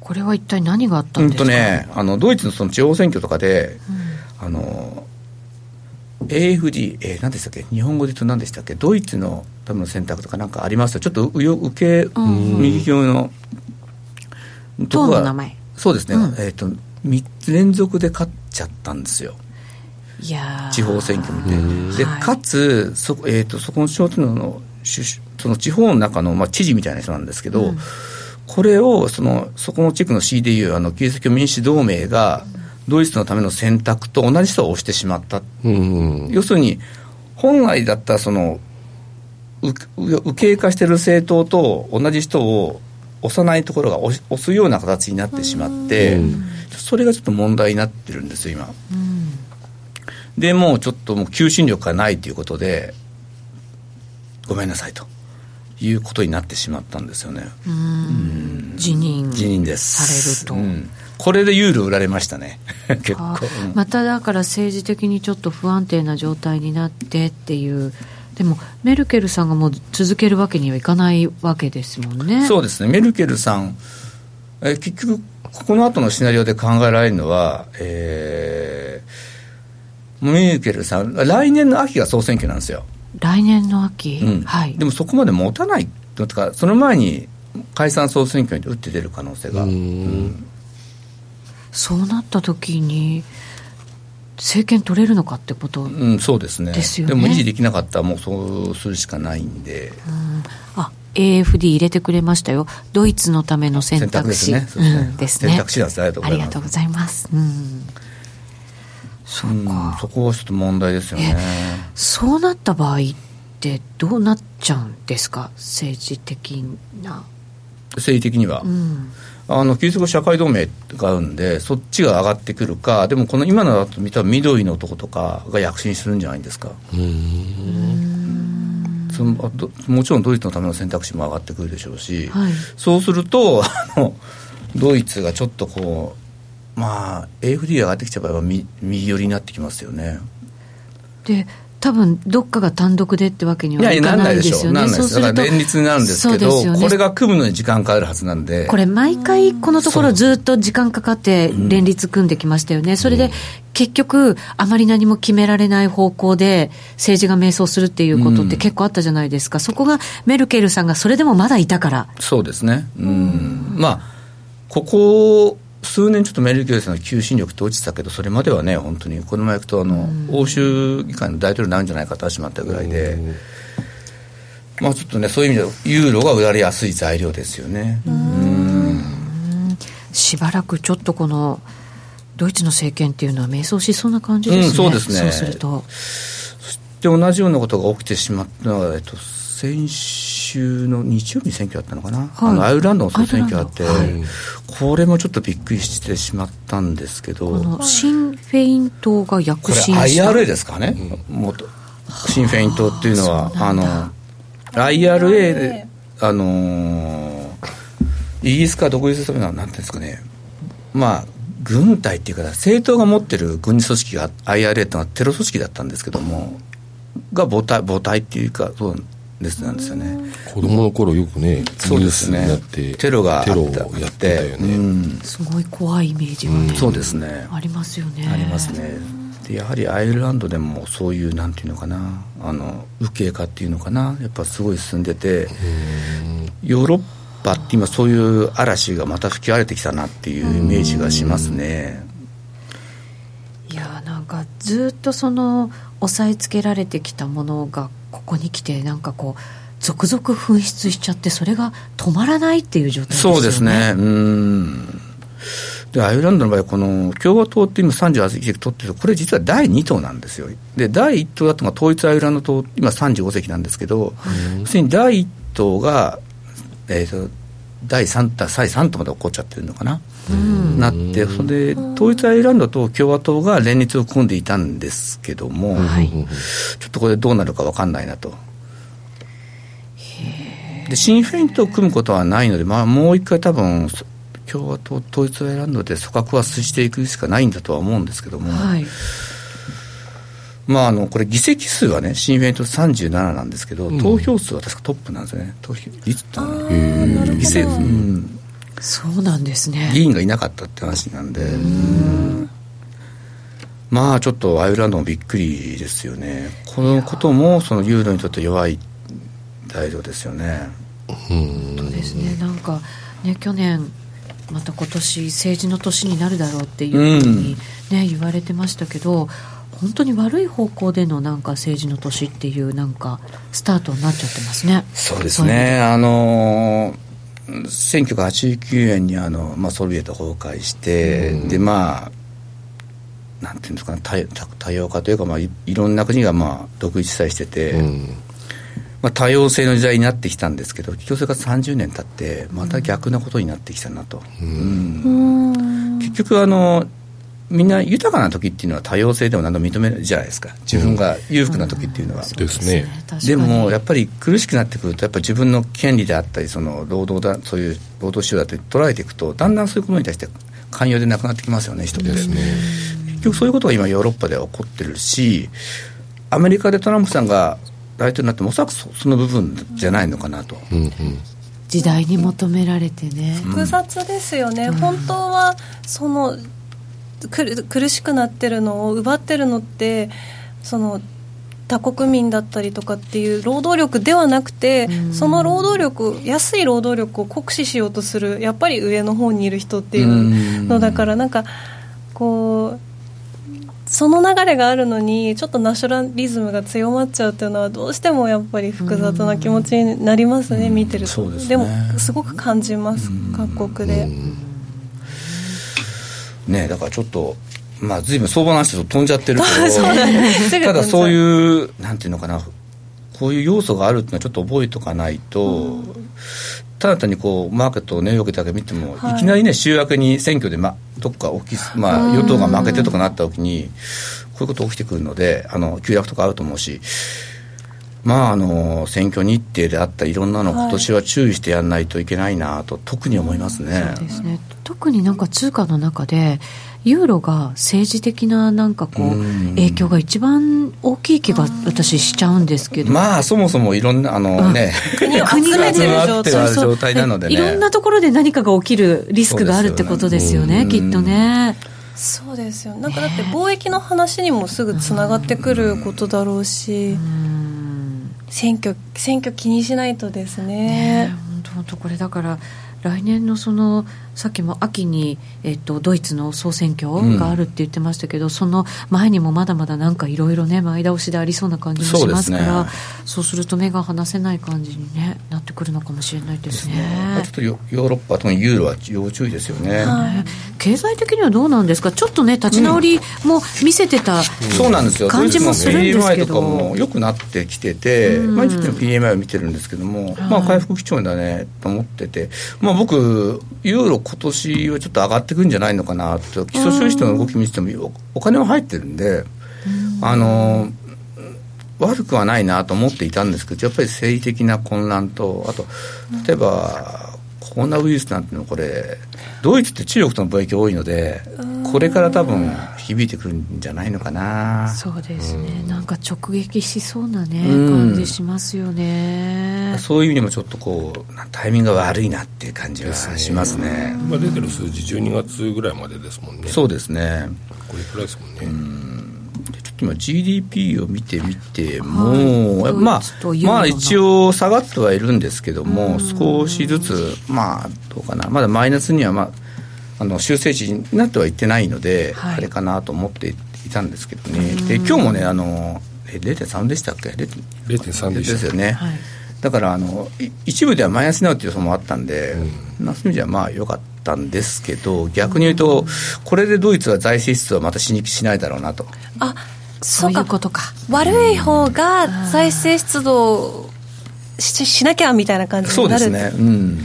S1: これは一体何があった
S2: うんん
S1: ですか
S2: とねあのドイツのその地方選挙とかで、あの AFD、えー、何でしたっけ日本語で言うと何でしたっけドイツの多分選択とかなんかありましたちょっと右受け、右利き用のと
S1: 党
S2: こ
S1: の
S2: が
S1: 名前
S2: そうですね、
S1: うん
S2: えっ、と3つ連続で勝っちゃったんですよ
S1: いやー
S2: 地方選挙見てで
S1: はい
S2: かつそ,、えー、とそこの小のの首その地方の中の、まあ、知事みたいな人なんですけど、これをそのそこの地区の CDU あのキリスト教民主同盟がドイツのための選択と同じ人を押してしまった
S3: うん
S2: 要するに本来だったらそのう右傾化している政党と同じ人を押さないところが押し押すような形になってしまって
S3: うん
S2: それがちょっと問題になってるんですよ今。でもうちょっともう求心力がないということでごめんなさいということになってしまったんですよね
S1: うん辞任
S2: 辞任です
S1: され
S2: う
S1: ると
S2: んこれでユーロ売られました
S1: (laughs)
S2: ね結構
S1: あ
S2: うん
S1: まただから政治的にちょっと不安定な状態になってっていうでもメルケルさんがもう続けるわけにはいかないわけですもんね
S2: そうですね、メルケルさん、えー結局、ここの後のシナリオで考えられるのは、えーメルケルさん、来年の秋が総選挙なんですよ、
S1: 来年の秋、
S2: うん
S1: はい
S2: でもそこまで持たないとか、その前に解散総選挙に打って出る可能性が、
S3: うん
S1: そうなった時に政権取れるのかってこと、
S2: うん、そうですね
S1: ですよね
S2: でも維持できなかったら、もうそうするしかないんで、
S1: あ AFD 入れてくれましたよドイツのための選択肢
S2: 選択ですねそうですね
S1: うんですね
S2: 選択肢なんですねありがとうございます
S1: ありがとうございます、うん、そう
S2: うん
S1: か、
S2: そこはちょっと問題ですよね。
S1: そうなった場合ってどうなっちゃうんですか政治的な、
S2: 政治的には、
S1: うん、
S2: あのキリスト教社会同盟があるんで、そっちが上がってくるか、でもこの今のだと見たら緑のとことかが躍進するんじゃないですか、そのあどもちろんドイツのための選択肢も上がってくるでしょうし、
S1: はい
S2: そうすると (laughs) あの、ドイツがちょっとこう、まあ、AFD が上がってきちゃえばみ右寄りになってきますよね。
S1: で多分どっかが単独でってわけに
S2: い
S1: は
S2: やい
S1: い
S2: や、
S1: か
S2: なん
S1: な
S2: ない
S1: い
S2: で
S1: で
S2: しょ
S1: す
S2: う、
S1: よね
S2: なんないです、
S1: そうす
S2: だか
S1: る
S2: ら
S1: と
S2: 連立になるんです
S1: そう
S2: け
S1: で
S2: ど、
S1: すよね
S2: これが組むのに時間かかるはずなんで、
S1: これ毎回このところずっと時間かかって連立組んできましたよね、それで結局あまり何も決められない方向で政治が迷走するっていうことって結構あったじゃないですか、そこがメルケルさんがそれでもまだいたから
S2: そうですね、うん、まあ、ここ数年、ちょっとメルケルさんの求心力って落ちてたけど、それまではね、本当にこの前行くとあの、欧州議会の大統領になるんじゃないかと始まったぐらいで、まあ、ちょっとね、そういう意味で、ユーロが売られやすい材料ですよね。
S1: しばらくちょっとこのドイツの政権っていうのは迷走しそうな感じですね、
S2: うんそうですね
S1: そうすると
S2: で、同じようなことが起きてしまったのは、えっと、先週の日曜日に選挙あったのかな、
S1: はい
S2: あのアイルランドの総選挙あって、
S1: アイルラン
S2: これもちょっとびっくりしてしまったんですけど。
S1: このシン・フェイン党が
S2: こ
S1: 躍
S2: れ
S1: 進した
S2: IRA ですかね、もっとシン・フェイン党っていうのはあの IRA であのーイギリスから独立するのはなんていうんですかねまあ軍隊っていうか政党が持ってる軍事組織が IRA っていうのはテロ組織だったんですけどもが母体母体っていうかそうなんですなんですよね、
S3: 子供の頃よくねニュ
S2: そう
S3: ー
S2: で
S3: ス
S2: す
S3: に
S2: ね
S3: なって
S2: テロがあった
S3: テロをやってたよ
S2: う
S3: ね
S2: ん
S1: すごい怖いイメージがね、
S2: そうですね
S1: ありますよね
S2: ありますね。でやはりアイルランドでもそういうなんていうのかなあの右傾化っていうのかなやっぱすごい進んでてヨーロッパって今そういう嵐がまた吹き荒れてきたなっていうイメージがしますね。
S1: いやーなんかずっとその押さえつけられてきたものがここに来てなんかこう続々噴出しちゃってそれが止まらないっていう状態ですよね
S2: そうですね。うん。で、アイルランドの場合、この共和党って今38席取ってるこれ実は第2党なんですよ。で、第1党だったのが統一アイルランド党、今35席なんですけど、要するに第1党が、えーと、第3党、第3党まで起こっちゃってるのかな。なって、それで、統一アイルランドと共和党が連立を組んでいたんですけども、
S1: はい
S2: ちょっとこれどうなるか分かんないなと。でシン・フェインと組むことはないので、まあ、もう一回多分そ共和党統一アイルランドで組閣はしていくしかないんだとは思うんですけども、
S1: はい
S2: まあ、あのこれ議席数はねシン・フェインと37なんですけど、
S3: ん
S2: 投票数は確かトップなんですよね投票率ってのはね
S4: うん
S2: 議席、うん、
S1: そうなんです
S2: 議
S1: ね
S2: 員がいなかったって話なんで。まあちょっとアイルランドもびっくりですよね、このこともそのユーロにとって弱い態度ですよね。
S1: そうですねなんかね去年また今年政治の年になるだろうっていうふうに、ね言われてましたけど本当に悪い方向でのなんか政治の年っていうなんかスタートになっちゃってますね。
S2: そうですね、あの1989年にあの、まあ、ソビエト崩壊して、でまあなんていうんですかね多多多様化というか、まあ、いいろんな国が、まあ、独立さえしてて、
S3: うん
S2: まあ、多様性の時代になってきたんですけど結局それから30年経ってまた逆なことになってきたなと、うん結局あのみんな豊かな時っていうのは多様性でも何でも認めるじゃないですか自分が裕福な時っていうのは、
S3: ですね
S1: 確かに
S2: でもやっぱり苦しくなってくるとやっぱ自分の権利であったりその労働だそういう労働集団って捉えていくとだんだんそういうことに対して寛容でなくなってきますよね人って
S3: ですね
S2: 結局そういうことが今ヨーロッパでは起こってるしアメリカでトランプさんが大統領になってもおそらくそその部分じゃないのかなと、
S3: うんうん
S1: 時代に求められてね、
S4: 複雑ですよね、本当はその苦苦しくなってるのを奪ってるのってその他国民だったりとかっていう労働力ではなくて、
S1: うん
S4: その労働力安い労働力を酷使しようとするやっぱり上の方にいる人っていう
S2: う
S4: の
S2: ん
S4: だからなんかこうその流れがあるのにちょっとナショナリズムが強まっちゃうっていうのはどうしてもやっぱり複雑な気持ちになりますね、見てると
S2: そうですね
S4: もすごく感じます、各国で、
S2: ねだからちょっとまあ随分相場の話だと飛んじゃってる
S4: そう (laughs) なんです
S2: けどただそう
S4: う
S2: いうなんていうのかなこういう要素があるっていうのはちょっと覚えとかないと、ただ単にこうマーケットをねよけだけ見ても、
S4: はい
S2: い、きなりね週明けに選挙で、ま、どっか大きい、まあ、与党が負けてとかなった時にこういうこと起きてくるのであの急落とかあると思うし。まあ、あの選挙日程であったりいろんなの今年は注意してやんないといけないなと特に思いますね。
S1: そうですね特になんか通貨の中でユーロが政治的ななんかこ
S2: うん
S1: う影響が一番大きい気が私しちゃうんですけど、
S2: まあそもそもいろんなあのね、
S4: 国を集めて
S2: 集
S4: る状
S2: ま
S4: 態
S2: ってる状態なのでね
S1: いろんなところで何かが起きるリスクがあるってことですよね
S2: そう
S1: き
S2: ですよね
S1: っとね
S4: そうですよなんかだって貿易の話にもすぐつながってくることだろうし、選挙選挙気にしないとです
S1: ね
S4: ね
S1: 本当本当これだから来年のそのさっきも秋に、えっと、ドイツの総選挙があるって言ってましたけど、その前にもまだまだなんかいろいろね前倒しでありそうな感じもしますから
S2: そ
S1: そうう,、
S2: です
S1: すると目が離せない感じに、ね、なってくるのかもしれないですね。
S2: (laughs) まあちょっとヨヨーロッパ特にユーロは要注意ですよね。
S4: はい
S1: 経済的にはどうなんですかちょっとね立ち直りも見せてた、
S2: そうなんですよ。
S1: 感じもするんですけど
S2: PMI とかも良くなってきてて、
S1: うん
S2: 毎日の PMI を見てるんですけども、まあ回復基調だねと思ってて、まあ僕ユーロ今年はちょっと上がってくんじゃないのかなと基礎収支との動き見ててもよお金は入ってるんで、あの悪くはないなと思っていたんですけどやっぱり政治的な混乱とあと例えば、コロナウイルスなんてのはこれドイツって中国との貿易多いのでこれから多分響いてくるんじゃないのかな
S1: そうですねなんか直撃しそうなね
S2: うん
S1: 感じしますよね。
S2: そういう意味でもちょっとこうタイミングが悪いなっていう感じはしますね
S3: まあ、出てる数字12月ぐらいまでですもんね
S2: そうですね
S3: これくらいですもんね、
S2: でちょっと今 GDP を見てみても、
S1: はい
S2: まあ
S1: ドイツとユーロの
S2: まあ一応下がってはいるんですけども少しずつまあどうかなまだマイナスにはまああの修正値になってはいってないので、
S1: はい
S2: あれかなと思っていたんですけどねで今日もねあのえ0.3でしたっけ0.3
S3: 0.3でした
S2: ですよね、
S1: はい
S2: だからあのい一部ではマイナスになるっていう予想もあったんで、まあそういう意味ではまあ良かったんですけど逆に言うと、これでドイツは財政出動はまたしにしないだろうなと
S4: あ
S1: そ
S4: そうう
S1: いう
S4: か
S1: ことか。
S4: 悪い方が財政出動ししなきゃみたいな感じ
S2: そう
S4: に
S2: で
S4: なる
S2: すね、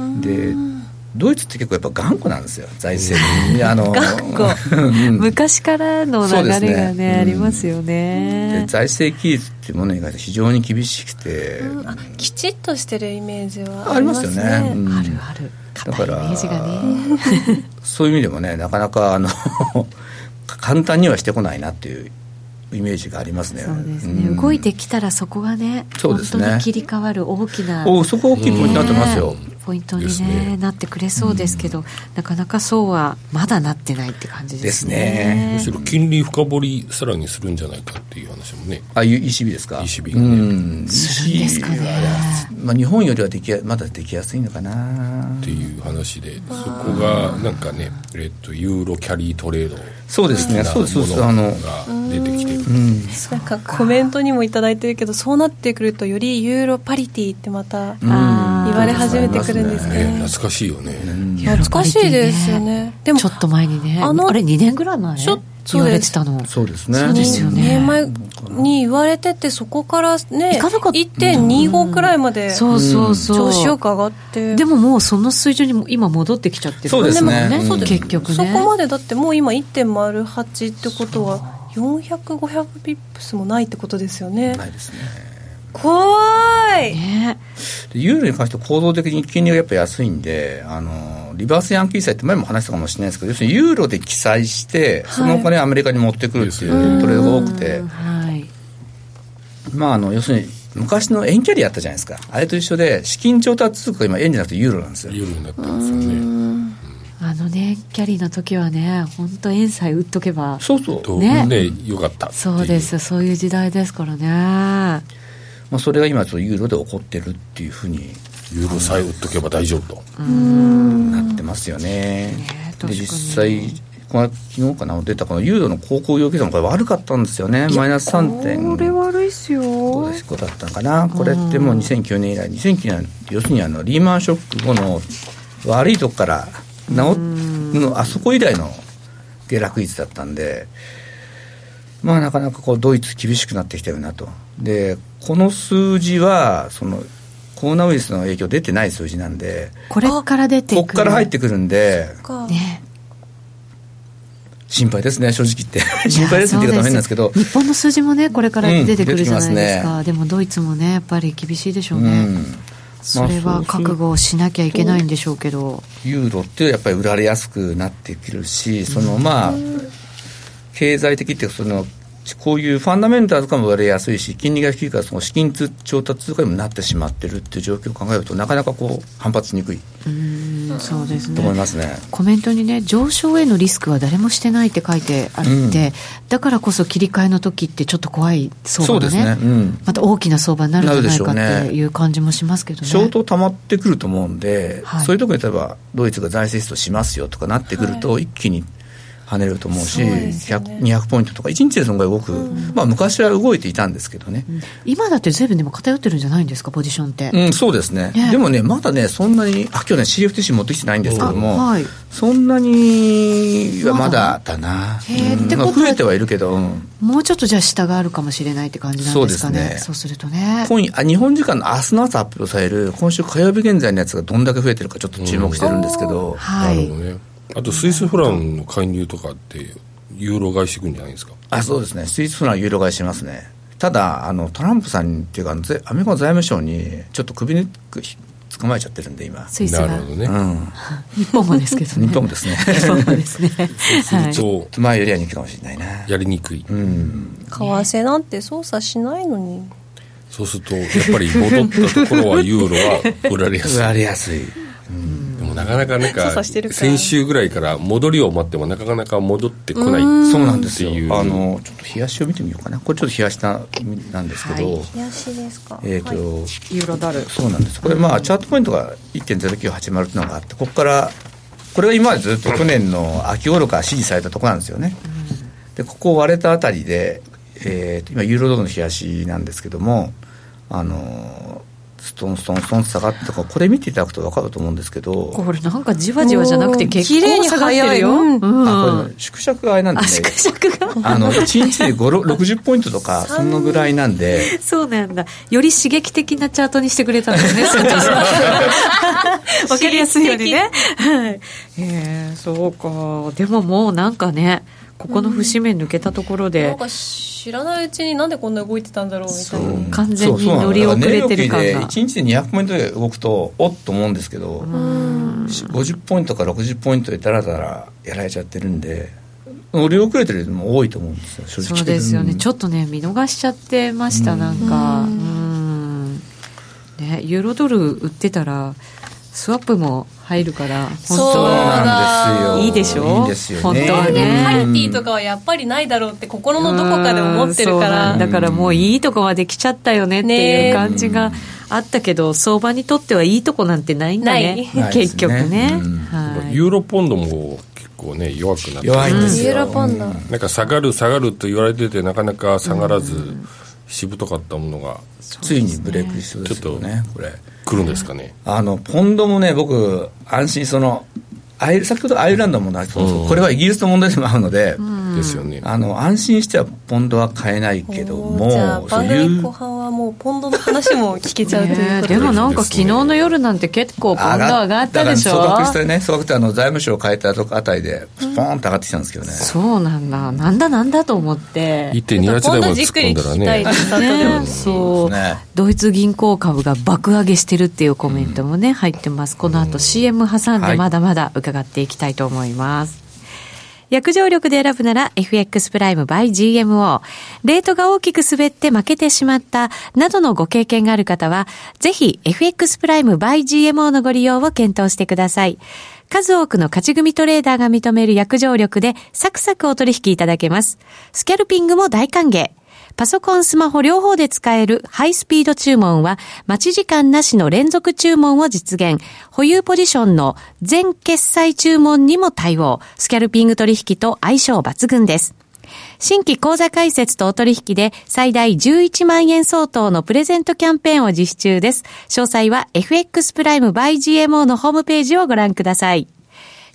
S2: うん、でドイツって結構やっぱ頑固なんですよ財政にあの
S1: 頑固昔からの流れが
S2: そうで
S1: ね
S2: すね
S1: ありますよ
S2: で
S1: ね。
S2: 財政規律っていうものに関して非常に厳しくて、
S4: うんあきちっとしてるイメージは
S2: あ
S4: あ
S2: り
S4: り
S2: ま
S4: ますす
S2: よ
S4: ね
S2: ね、うん
S1: あるある。
S2: だ
S1: 硬い
S2: か
S1: イメ
S2: ら
S1: ージがね。
S2: そういう意味でもねなかなかあの (laughs) 簡単にはしてこないなっていうイメージがありますね
S1: そうですね、
S2: うん
S1: 動いてきたらそこがね
S2: そうですね
S1: 本当に切り替わる大きな
S2: おそこ大きいポイントになってますよ、
S1: ポイントに、
S3: です
S1: ね
S3: ね
S1: なってくれそうですけど、なかなかそうはまだなってないって感じですね
S3: むしろ金利深掘りさらにするんじゃないかっていう話もね
S2: あ、ゆ ECB ですか
S3: ECB
S2: う
S3: がね
S2: ん。
S1: するんですかね
S2: ECB はねまあ、日本よりはできや、まだできやすいのかな
S3: っ。ていう話でそこがなんかね、えっと、ユーロキャリートレード
S2: そうですね。そうです、そうです。あ
S3: なもの
S2: の、
S3: が出てきてる
S2: うん。
S4: なんかコメントにもいただいてるけどそうなってくるとよりユーロパリティってまた
S2: うん
S1: あー
S4: 言われ始めてくるんです
S3: ね
S4: ね
S3: 懐かしいよね、
S4: 懐かしいですよねでも
S1: ちょっと前にねあ
S4: あの
S1: あれ2年ぐらい前
S4: ちょ
S1: 言われてたの
S2: そうですね。
S1: そうですよね
S4: 2年前に言われててそこからね
S1: 行かなかった
S4: 1.25くらいまで
S1: そうそうそう、
S4: 調子よく上がって
S1: でももうその水準にも今戻ってきちゃってる
S2: そうですね
S1: も
S2: そうです
S1: 結局ね
S4: そこまでだってもう今1.08ってことは400500ピップスもないってことですよね
S2: ないですね。
S4: 怖い
S1: ね
S2: でユーロに関して構造的に金利がやっぱ安いんで、あの、リバースヤンキー債って前も話したかもしれないですけど、要するにユーロで記載して、そのお金をアメリカに持ってくるっていうトレードが多くて、
S1: はい
S2: まあ、あの、要するに、昔の円キャリアあったじゃないですか。あれと一緒で、資金調達通貨が今円じゃなくてユーロなんですよ。
S3: ユーロになってますよね
S1: あのねキャリーの時はね本当円さえ売っとけば
S2: そうそう。
S3: と
S1: ね
S3: ねよかったってい
S1: そうですそういう時代ですからね
S2: まあ、それが今ちょっとユーロで起こってるっていうふうに
S3: ユーロさえ売っとけば大丈夫と
S2: なってますよね。
S1: 確か
S2: で
S1: に
S2: 実際この昨日かな出たこのユーロの高校要求もこれ悪かったんですよねマイナス3点
S1: これ悪いっすよ
S2: どうですだったのかな、これってもう2009年以来、2009年、要するにあのリーマンショック後の悪いとこから治っのあそこ以来の下落率だったんで、まあ、なかなかこうドイツ、厳しくなってきたよなと、でこの数字はその、コロナウイルスの影響出てない数字なんで、
S1: これから出てく
S2: こ
S1: る
S2: こから入ってくるんで、
S4: か
S1: ね
S2: 心配ですね、正直言って、 (laughs) 心配ですって言い方は変なんですけど
S1: いや。そうです日本の数字もねこれから出てくるじゃないですか、
S2: う
S1: でもドイツもねやっぱり厳しいでしょうね、
S2: うん
S1: それは覚悟をしなきゃいけないんでしょうけど、
S2: ユーロってやっぱり売られやすくなってくるし、そのまあ、経済的っていうかその、こういうファンダメンタルとかも売られやすいし、金利が低いから、その資金通調達通貨にもなってしまってるっていう状況を考えると、なかなかこう、反発しにくい
S1: うんそうです
S2: と思い
S1: ね
S2: ますね。
S1: コメントにね上昇へのリスクは誰もしてないって書いてあって、
S2: うん
S1: だからこそ切り替えの時ってちょっと怖い相
S2: そう
S1: 場
S2: で
S1: がね
S2: すね。うん。
S1: また大きな相場になるんじゃないか
S2: なるでしょうね
S1: っていう感じもしますけどね
S2: 相当溜まってくると思うんで、
S1: はい
S2: そういうとこに例えば、ドイツが財政出動しますよとかなってくると、一気に跳ねると思うし、
S4: そうですよね
S2: 100 200ポイントとか、1日でそのぐらい動く、まあ、昔は動いていたんですけどね。
S1: 今だって随分でも偏ってるんじゃないんですかポジションって、
S2: うん、そうですね
S1: ね
S2: でもね、まだね、そんなに、あ、今日ね、CFTC 持ってきてないんですけども、
S1: あはい
S2: そんなにはま
S1: まだ
S2: だだな。
S1: へー
S2: うん
S1: って
S2: ま
S1: こと
S2: あ
S1: は
S2: 増えてはいるけど、うん
S1: もうちょっとじゃあ下があるかもしれないって感じなんですかねそう
S2: そ
S1: う
S2: で
S1: す
S2: すね
S1: るとね
S2: 今夜あ日本時間の明日の朝発表される、今週火曜日現在のやつがどんだけ増えてるかちょっと注目してるんですけど、
S1: は
S3: ないるほどねあとスイスフランの介入とかってユーロ買いしてくんじゃないですか
S2: あ、そうですね、スイスフランはユーロ買いしますね。ただ、あの、トランプさんっていうか、あのぜアメリカの財務省に、ちょっと首にくひ捕まえちゃってるんで、今。
S1: スイス
S3: な
S1: が
S3: るほどね、
S2: うん。
S1: 日本もですけどね
S2: 日本もで
S1: (laughs)
S2: すね。
S1: 日本もですねはい
S3: そ
S2: 前よりは人気かもしれないな。
S3: うやりにくい、
S2: うん。
S4: 為替なんて操作しないのに
S3: そうするとやっぱり戻ったところはユーロは売られ
S2: (laughs)
S3: やす
S2: 売
S3: い
S2: られやすい。
S3: でもなかなかなん
S4: 操
S3: か
S4: 作してるから
S3: 先週ぐらいから戻りを待ってもなかなか戻ってこない
S2: そうなんですよ
S3: っていう
S2: あのちょっと冷やしを見てみようかなこれちょっと冷やしたなんですけど、
S1: はい
S4: 冷やしですか
S2: えっ、と、
S4: はい
S1: ユーロドル
S2: そうなんですこれまあチャートポイントが1.0980っていうのがあってここからこれが今までずっと去年の秋頃から支持されたところなんですよね、でここを割れたあたりで、えーと今ユーロドルの冷やしなんですけどもあのストンストンストンと下がってここれ見ていただくと分かると思うんですけど
S1: これなんかじわじわじゃなくて結構下がってるよ、
S4: 綺麗に早い
S1: うん
S2: あこれ縮尺があれなんで
S1: あ
S2: ね
S1: 縮尺が
S2: あの1日で5 60ポイントとかそのぐらいなんで
S1: そうなんだより刺激的なチャートにしてくれたんですね佐藤さんわかりやすいようにねはいえー、そうかでももうなんかねここの節目抜けたところで、
S4: なんか知らないうちになんでこんな動いてたんだろうみたいな
S1: 完全に乗り遅れてる感が
S2: 1日で200ポイントで動くとおっと思うんですけど50ポイントから60ポイントでダラダラやられちゃってるんで乗り遅れてる人も多いと思うんですよ正直
S1: そうですよねちょっとね見逃しちゃってましたなんかうんねユーロドル売ってたらスワップも入るから本当
S4: そう
S1: は
S4: なんですよ
S1: いいでしょ
S2: いいですよ
S1: 本
S2: ね
S1: 当は
S4: で
S1: ね
S4: もパリティとかはやっぱりないだろうって心のどこかで思ってるか
S1: うんそうなん
S4: ら
S1: だからもういいとこまで来ちゃったよねってい
S4: ね
S1: う感じがあったけど、相場にとってはいいとこなんてないんだね
S2: ない
S1: (laughs) 結局
S2: な
S1: ね
S2: いですねうん
S1: はい
S3: ユーロポンドも結構ね弱くなって
S2: 弱いんですよ
S6: ユーロポンド
S3: なんか下がる下がると言われててなかなか下がらず、しぶとかったものが
S2: ついにブレイクしそうですよねこれ
S3: 来るんですかね、
S2: あのポンドもね僕安心そのアイル先ほどアイルランドも同じそうそう
S3: うん
S2: これはイギリスの問題でもあるので、
S3: ですよね
S2: あの安心してはポンドは買えないけども
S4: じゃあ
S2: そう
S4: 番
S2: い
S4: 組
S2: う
S4: 後半はもうポンドの話も聞けちゃうという
S1: ね
S4: ことで
S1: でもなんか昨日の夜なんて結構ポンド上がったでしょ
S2: だから総額したね総額ってあの財務省を変えたとこあたりでスポーンと上がってきたんですけどね、
S1: そうなんだなんだなんだと思って
S3: 1.28台まで
S4: じっ
S3: 突っ
S4: く
S3: 込ん
S4: り
S3: だ
S4: 聞
S3: ら
S4: きたいで
S1: ね、
S4: す
S3: ね
S2: そ
S1: そうう
S2: ですね
S1: ドイツ銀行株が爆上げしてるっていうコメントもね、入ってますこの後 CM 挟ん
S2: は
S1: で
S2: い
S1: まだまだ伺っていきたいと思います、約定力で選ぶなら FX プライム by GMO。レートが大きく滑って負けてしまったなどのご経験がある方は、ぜひ FX プライム by GMO のご利用を検討してください。数多くの勝ち組トレーダーが認める約定力でサクサクお取引いただけます。スキャルピングも大歓迎。パソコン、スマホ両方で使えるハイスピード注文は、待ち時間なしの連続注文を実現。保有ポジションの全決済注文にも対応。スキャルピング取引と相性抜群です。新規口座開設とお取引で最大11万円相当のプレゼントキャンペーンを実施中です。詳細は FX プライム by GMO のホームページをご覧ください。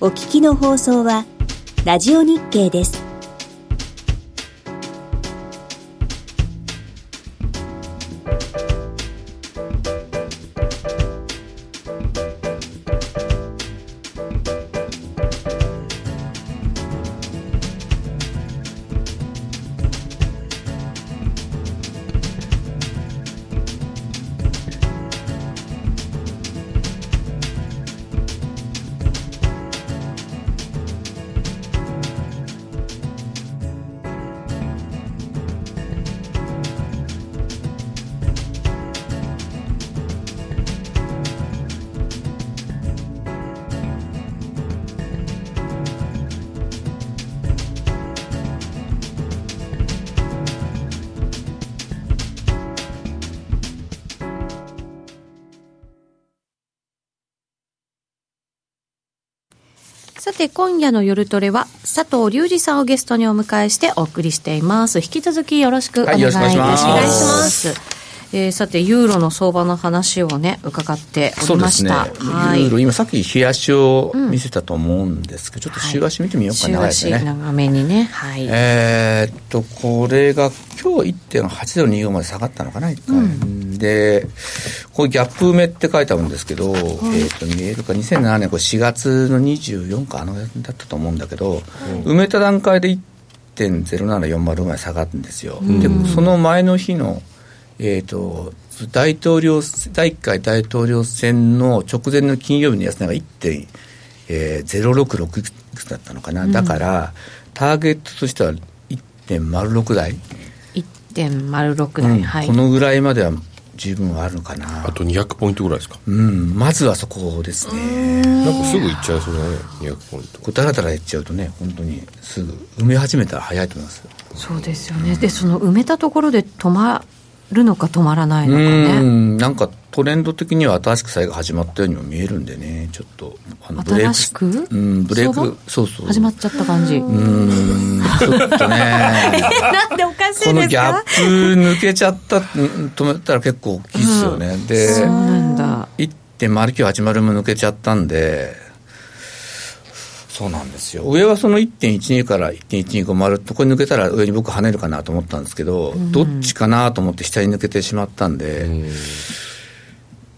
S5: お聞きの放送はラジオ日経です。
S1: さて今夜の夜トレは佐藤隆二さんをゲストにお迎えしてお送りしています引き続きよろしくお願いいたします,、
S2: はいよろしくお願いし
S1: ますえーさてユーロの相場の話をね伺ってお
S2: そ
S1: り
S2: うで
S1: ますし
S2: ね
S1: た、はい
S2: ろいろ今さっき日足を見せたと思うんですけど、ちょっと週足見てみようかな、
S1: 週足
S2: 長いですね
S1: 長めにねはい、
S2: えーっとこれが今日1.8ドル25まで下がったのかな一回、でこれギャップ埋めって書いてあるんですけど、えーっと見えるか2007年これ4月の24かあの辺だったと思うんだけど、埋めた段階で1.0740まで下がるんですよ、でその前の日のえーっと大統領第1回大統領選の直前の金曜日の安値が1.1えー、066いくつだったのかな、だからターゲットとしては1.06台、
S1: 1.06
S2: う
S1: 台、
S2: ん
S1: はい
S2: このぐらいまでは十分あるのかな
S3: あと200ポイントぐらいですか
S2: うんまずはそこですね
S3: なんかすぐいっちゃいそうだね200ポイント
S2: こうだらだらやっちゃうとね本当にすぐ埋め始めたら早いと思います
S1: そうですよねでその埋めたところで止まるのか止まらないのか
S2: う
S1: ね
S2: んなんかトレンド的には新しく債が始まったようにも見えるんでねちょっとあのブレイ
S1: 新
S2: ク
S1: しく
S2: うんブレイク
S1: 相場
S2: そうそう
S1: 始まっちゃった感じ、
S2: うんちょっとね
S1: (laughs) なんでおかしいですか
S2: このギャップ抜けちゃった、うん止めたら結構大きいですよね。
S1: そう
S2: で、
S1: なんだ
S2: 1.0980も抜けちゃったんで、そうなんですよ。上はその1.12から1.150とこれ抜けたら上に僕跳ねるかなと思ったんですけど、どっちかなと思って下に抜けてしまったんで、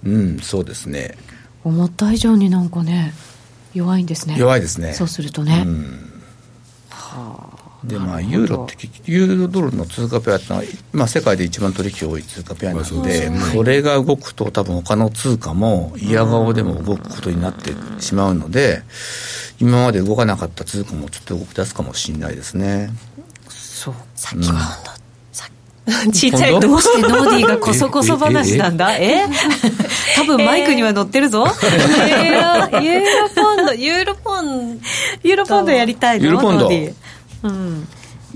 S2: うん、そうですね。
S1: 思った以上になんかね弱いんですね
S2: 弱いですね
S1: そうするとね、
S2: うん
S1: はあ
S2: で
S1: な
S2: まあ
S1: るほど
S2: ユーロって結局ユーロドルの通貨ペアってのは、まあ、世界で一番取引多い通貨ペアなので、それが動くと多分他の通貨も嫌顔でも動くことになってしまうので今まで動かなかった通貨もちょっと動き出すかもしれないですね。
S1: そう
S4: さっき今度さっちっちゃい
S2: 今度
S1: どうしてノーディーがこそこそ話なんだえ多分マイクには乗ってるぞ、
S4: ユーロユーロポンドユーロポンド
S1: ユーロポンドやりたいの
S2: ユーロポンド
S1: ノーディーうん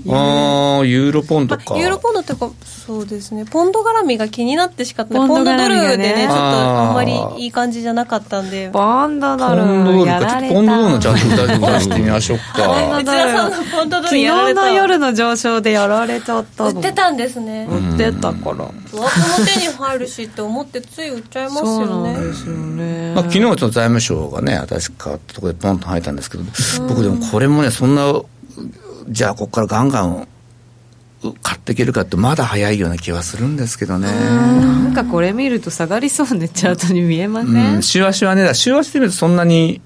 S2: ああユーロポンドか。
S4: まあユーロポンドっていうかそうですねポンド絡みが気になってしかった
S1: ポ
S4: ポ
S1: ン
S4: ン
S1: ド
S4: ドド
S1: 絡みがね
S4: ルでねちょっと
S2: あー
S4: あんまりいい感じじゃなかったんで
S1: ポンドド
S2: ポンドド
S1: ル
S2: ル
S1: や
S2: か
S1: ら
S2: ちょ
S1: れ
S2: ったとポンドドルのチャート出してみましょう
S1: ポンド
S2: か。
S4: 内
S1: ドル
S4: 田さんのポンド
S1: 昨
S4: ドル
S1: 日
S4: やられた
S1: の夜の上昇でやられちゃったの
S4: 売ってたんですね
S1: 売ってたから、
S4: うわこの手に入るしって思ってつい売っちゃいます
S1: そう
S4: よ
S1: なん
S4: ね
S1: ですよね、
S2: まあ、昨日ちょっと財務省がね、新しく変わったところでポンと入ったんですけど、僕でもこれもね、そんな、じゃあここからガンガンう買っていけるかって、まだ早いような気はするんですけどね。
S1: なんかこれ見ると下がりそうねチャートに見えませ、
S2: うんん、週足はね、だから週足で見るとそんなに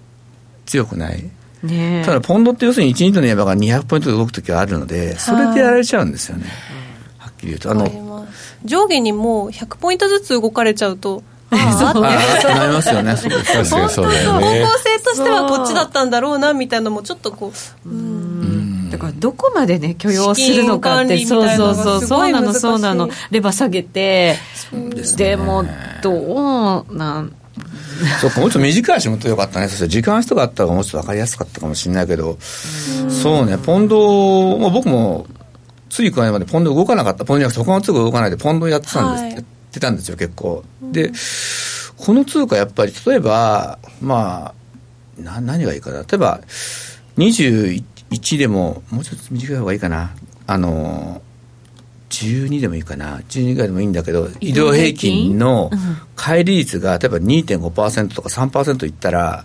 S2: 強くない。
S1: ねえ
S2: ただ、ポンドって要するに1、2度の幅が200ポイントで動くときはあるので、それでやられちゃうんですよね。はっきり言うと。あ
S4: あ
S2: の、
S4: ります上下にもう100ポイントずつ動かれちゃうとあー
S2: ああなりますよね、そうです
S3: 確かにそうだよ
S4: 方
S3: ね
S4: 向性としてはこっちだったんだろうなみたいなのもちょっとこう
S1: だからどこまでね許容するのかって
S4: 資金
S1: そう
S4: 管理みたい
S1: そ
S4: な
S1: う
S4: の
S1: そう
S4: がす
S1: そ
S4: ご
S1: う
S4: い
S1: なの
S4: 難しい
S1: そうなのレバー下げて
S2: すね
S1: でもどうなん
S2: そうか、もうちょっと短い足もっとよかったね。そして時間足とかあったらもうちょっと分かりやすかったかもしれないけど、そうね、ポンド、まあ、僕も、ついこの間までポンド動かなかった。ポンドじゃなくて他の通貨動かないでポンドやってたんです、
S4: はい
S2: やってたんですよ、結構。で、この通貨やっぱり、例えば、まあ、な何がいいかな。例えば、21でも、もうちょっと短い方がいいかな。あの、12でもいいかな12ぐらいでもいいんだけど移動平均の乖離率が例えば2.5%とか3%いったら、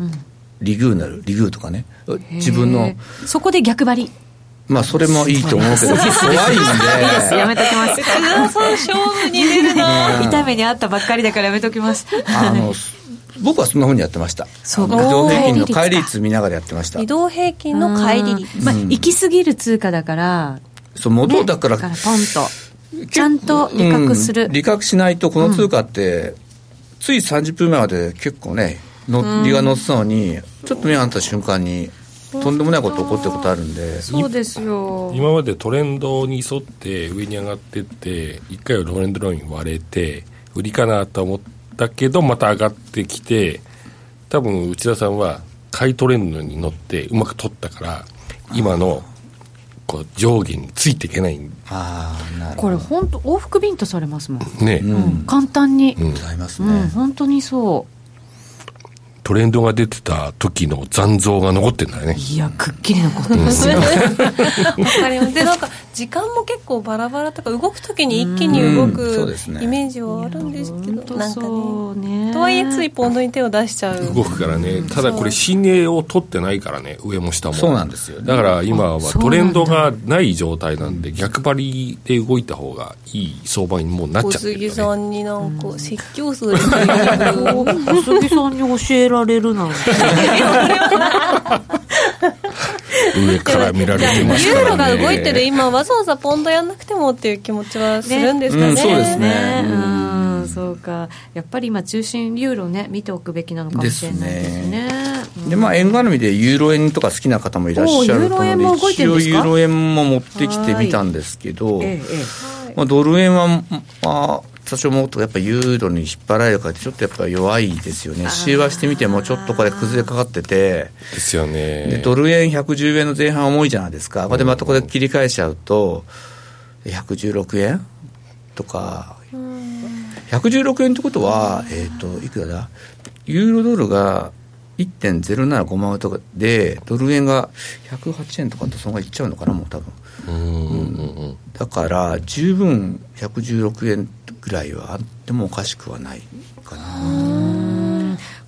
S2: 利遇になる利遇とかね自分
S1: へ
S2: の
S1: えそこで逆張りい
S2: まあそれもいいと思うけど怖
S1: い
S2: いん
S1: ですや
S2: で
S1: めとき
S2: (laughs)
S1: ます
S4: 勝負に出
S1: (laughs)
S4: るな
S1: 痛めにあったばっかりだからやめときます
S2: あの僕はそんなふうにやってました
S1: そう
S2: あの移動平均の
S1: 乖
S2: 乖
S1: 離
S2: 離
S1: 率か
S2: 率見ながらやってました
S4: 移動平均の帰り率
S1: まあ行き過ぎる通貨だから
S2: そう戻うだから
S1: だからポンとちゃんと利確する、
S2: うん利確しないとこの通貨って、つい30分前まで結構ねの利が乗ってたのに、ちょっと目が合った瞬間にとんでもないこと起こってることあるんで
S1: そうですよ
S3: 今までトレンドに沿って上に上がってって一回はトレンドライン割れて売りかなと思ったけどまた上がってきて多分内田さんは買いトレンドに乗ってうまく取ったから今のこう上下についていけないん
S2: ああなるほ
S1: これ本当往復ビンタされますもん、
S3: ね、
S1: うん簡単に、
S3: うん
S2: どございます
S1: う
S2: ね、
S1: ん、本当にそう
S3: トレンドが出てた時の残像が残ってんだよね
S1: いや、くっきり残ってますよ。
S4: わかりますでなんか時間も結構バラバラとか動く時に一気に動
S2: うんそう
S4: く
S2: ですね
S4: イメージはあるんですけど、なんかね
S1: うね
S4: とはいえついポンドに手を出しちゃう
S3: 動くからねただこれ新鋭を取ってないからね上も下も
S2: そうなんですよね
S3: だから今は
S1: そうな
S3: ト
S1: んだ
S3: レンドがない状態なんで逆張りで動いた方がいい相場にもうなっ
S4: 小
S3: ちゃってる
S4: 杉
S3: よ
S4: さ
S3: ね
S4: んになんか説教するっていう
S1: 小杉さんに教えられるなんて。
S3: 上から見られて
S4: ユ
S3: ますか
S4: ーロ
S3: ら
S4: が動い
S3: ね
S4: てる今わざわざポンドやんなくてもっていう気持ちはするんですかね
S2: うんそうですね
S1: うん、そうか。やっぱり今、中心ユーロね、見ておくべきなのかもしれないですね。
S2: でまあ、円絡みでユーロ円とか好きな方もいらっしゃると
S1: おーユーロ
S2: 思
S1: 円も
S2: うので
S1: 動いて
S2: 一
S1: るん
S2: 応
S1: ですか
S2: ユーロ円も持ってきてみたんですけど、
S1: うんええ、え
S2: まあ、ドル円は、まあ、多少もっとやっぱユーロに引っ張られるからちょっとやっぱ弱いですよね週和してみてもちょっとこれ崩れかかってて
S3: ですよ
S2: で
S3: ね
S2: ドル円110円の前半重いじゃないですか、まあでまたこれ切り替えちゃうと116円とか116円ってことは、えっといくらだユーロドルが1.075万とかでドル円が108円とかってそのままいっちゃうのかなもう多分
S3: うんうんうん
S2: だから十分116円ぐらいはあってもおかしくはないかな
S1: え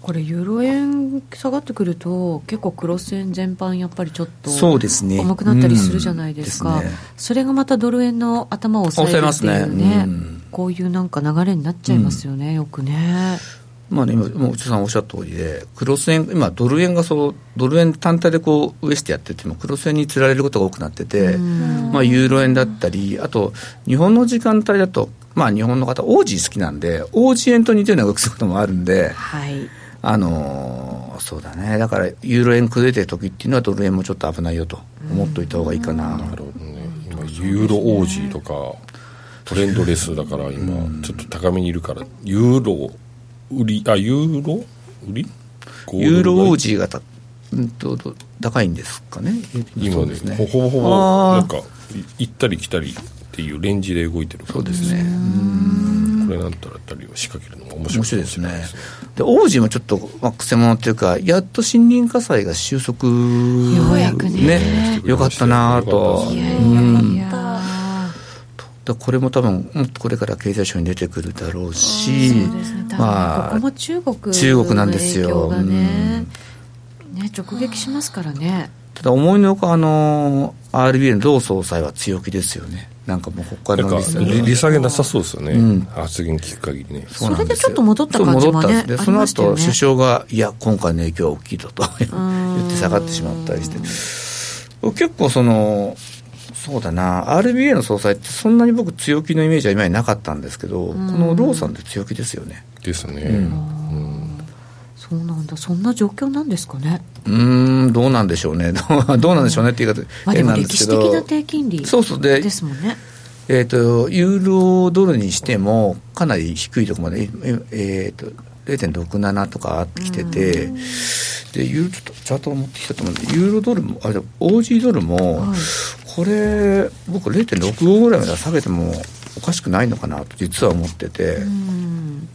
S1: これ、ユーロ円下がってくると、結構クロス円全般、やっぱりちょっと。
S2: そうですね
S1: 重くなったりするじゃないですか、
S2: うんですね
S1: それがまたドル円の頭を押さえるっていう
S2: 抑えますね
S1: ね
S2: うん
S1: こういうなんか流れになっちゃいますよね、よくね
S2: まあね、今、もう内田さんおっしゃった通りで、クロス円、今、ドル円がそう、ドル円単体でこう、上してやってても、クロス円につられることが多くなってて、まあ、ユーロ円だったり、あと、日本の時間帯だと、まあ、日本の方、オージー好きなんで、オージー円と似てるような動きすることもあるんで、
S1: はい
S2: あのーそうだね、だから、ユーロ円崩れてる時っていうのは、ドル円もちょっと危ないよと思っておいた方がいいかな。
S3: なるほどね今ユーロオージーとかトレンドレスだから今ちょっと高めにいるからユーロ売りあユーロ売り
S2: ユーロオー
S3: ジ
S2: ジーがた、うんと、ど高いんですかね、そ
S3: 今
S2: うで
S3: で
S2: すす
S3: ね
S2: ね。
S3: ほぼほぼ
S2: あー
S3: なんかい行ったり来たりっていうレンジで動いてる
S2: そう
S3: 感
S2: で
S3: じ
S2: すね。
S3: これなんたらったりを仕掛けるのも面
S2: 面
S3: 白
S2: 白
S3: い
S2: い
S3: か
S2: です
S3: もしれない
S2: ね。で、王子もちょっと、まあ、くせ者っていうか、やっと森林火災が収束。よ
S1: うやくね
S2: よかったなぁと。
S3: いや
S1: いや
S2: だこれも多分、うんこれから経済省に出てくるだろうし、
S1: まあ、ここ
S2: ま
S1: も
S2: あ、
S1: 中国の
S2: 中国なんですよ
S1: 影響がね,、ね直撃しますからね
S2: ただ思いのほか、あの、RBA の同総裁は強気ですよね。なんかもう、ここから
S3: なん
S2: の
S3: か
S2: リスク
S3: 利利下げなさそうですよね、
S2: うん
S3: 発言聞く限りね
S2: うなんですよ
S1: それでちょっと戻った感じもね
S2: そう戻ったんです
S1: あ
S2: そ
S1: り
S2: の
S1: ましたよね
S2: 後、首相が、いや、今回の影響は大きいだと (laughs) 言って下がってしまったりして。結構その、そうだな、RBA の総裁ってそんなに僕強気のイメージは今になかったんですけど、このローさんって強気ですよね。
S3: ですね、
S1: そうなんだそんな状況なんですかね、
S2: うーん、どうなんでしょうね。ど (laughs) うどうなんでしょうねって言い方
S1: まあ、で
S2: 変
S1: も
S2: なんで
S1: 歴
S2: す
S1: 史
S2: けど。
S1: 的な低金利
S2: そうそうで
S1: ですもんね
S2: えっ、と、ユーロドルにしても、かなり低いところまで、えっ、と、0.67とか来てて、で、ユーロ、ちょっとチャートを持ってきたと思うんで、ユーロドルも、あれ、オージードルも、
S1: はい
S2: これ、僕0.65ぐらいまで下げてもおかしくないのかなと、実は思ってて、
S1: うん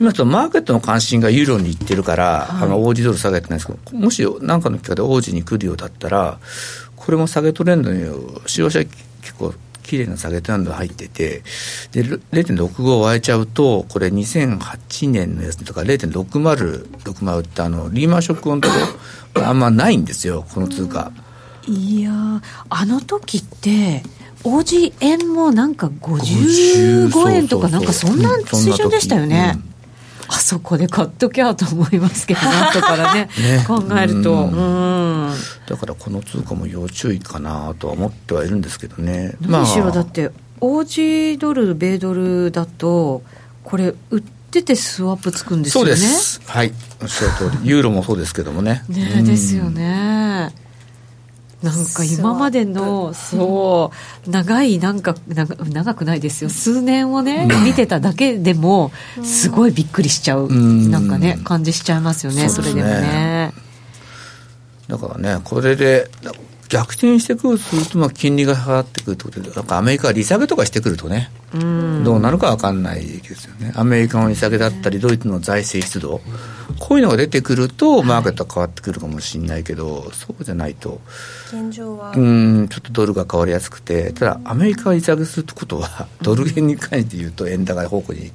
S2: 今ちょっとマーケットの関心がユーロにいってるから、あの、オージードル下げてないんですけど、もし何かの機会でオージーに来るようだったら、これも下げトレンドに、使用者結構、綺麗な下げトレンド入ってて、で、0.65割れちゃうと、これ2008年のやつとか0.60、60ってあの、リーマンショックのところ、これあんまないんですよ、この通貨。
S1: いやーあの時って王子円もなんか
S2: 50
S1: 55円とかなんかそんな
S2: そうそうそううん
S1: 水準でしたよね、
S2: そんな時
S1: あそこで買っときゃと思いますけど、なんとから (laughs) ね、
S2: ね
S1: 考えると、う
S2: うん
S1: ん、
S2: だからこの通貨も要注意かなとは思ってはいるんですけどね。
S1: 何しろだって、オージードル、米ドルだと、これ、売っててスワップつくんです
S2: そ
S1: よ
S2: う
S1: ね。
S2: です。はい。おっしゃる通り。ユーロもそうですけどもね。
S1: ね
S2: うん
S1: ですよね。なんか今までのそう長いなんか長長くないですよ数年をね見てただけでもすごいびっくりしちゃう
S2: うん
S1: なんかね感じしちゃいますよねそ
S2: そう
S1: れで
S2: ですね
S1: もね
S2: だからね、これで逆転してくるとすると、まあ、金利が下がってくるってことで、なんかアメリカは利下げとかしてくるとね、どうなるかわかんないですよね。アメリカの利下げだったり、ドイツの財政出動、こういうのが出てくると、マーケットは変わってくるかもしれないけど、そうじゃないと、
S4: 現状は、
S2: うん、ちょっとドルが変わりやすくて、ただ、アメリカが利下げするってことは、ドル円に関して言うと、円高方向に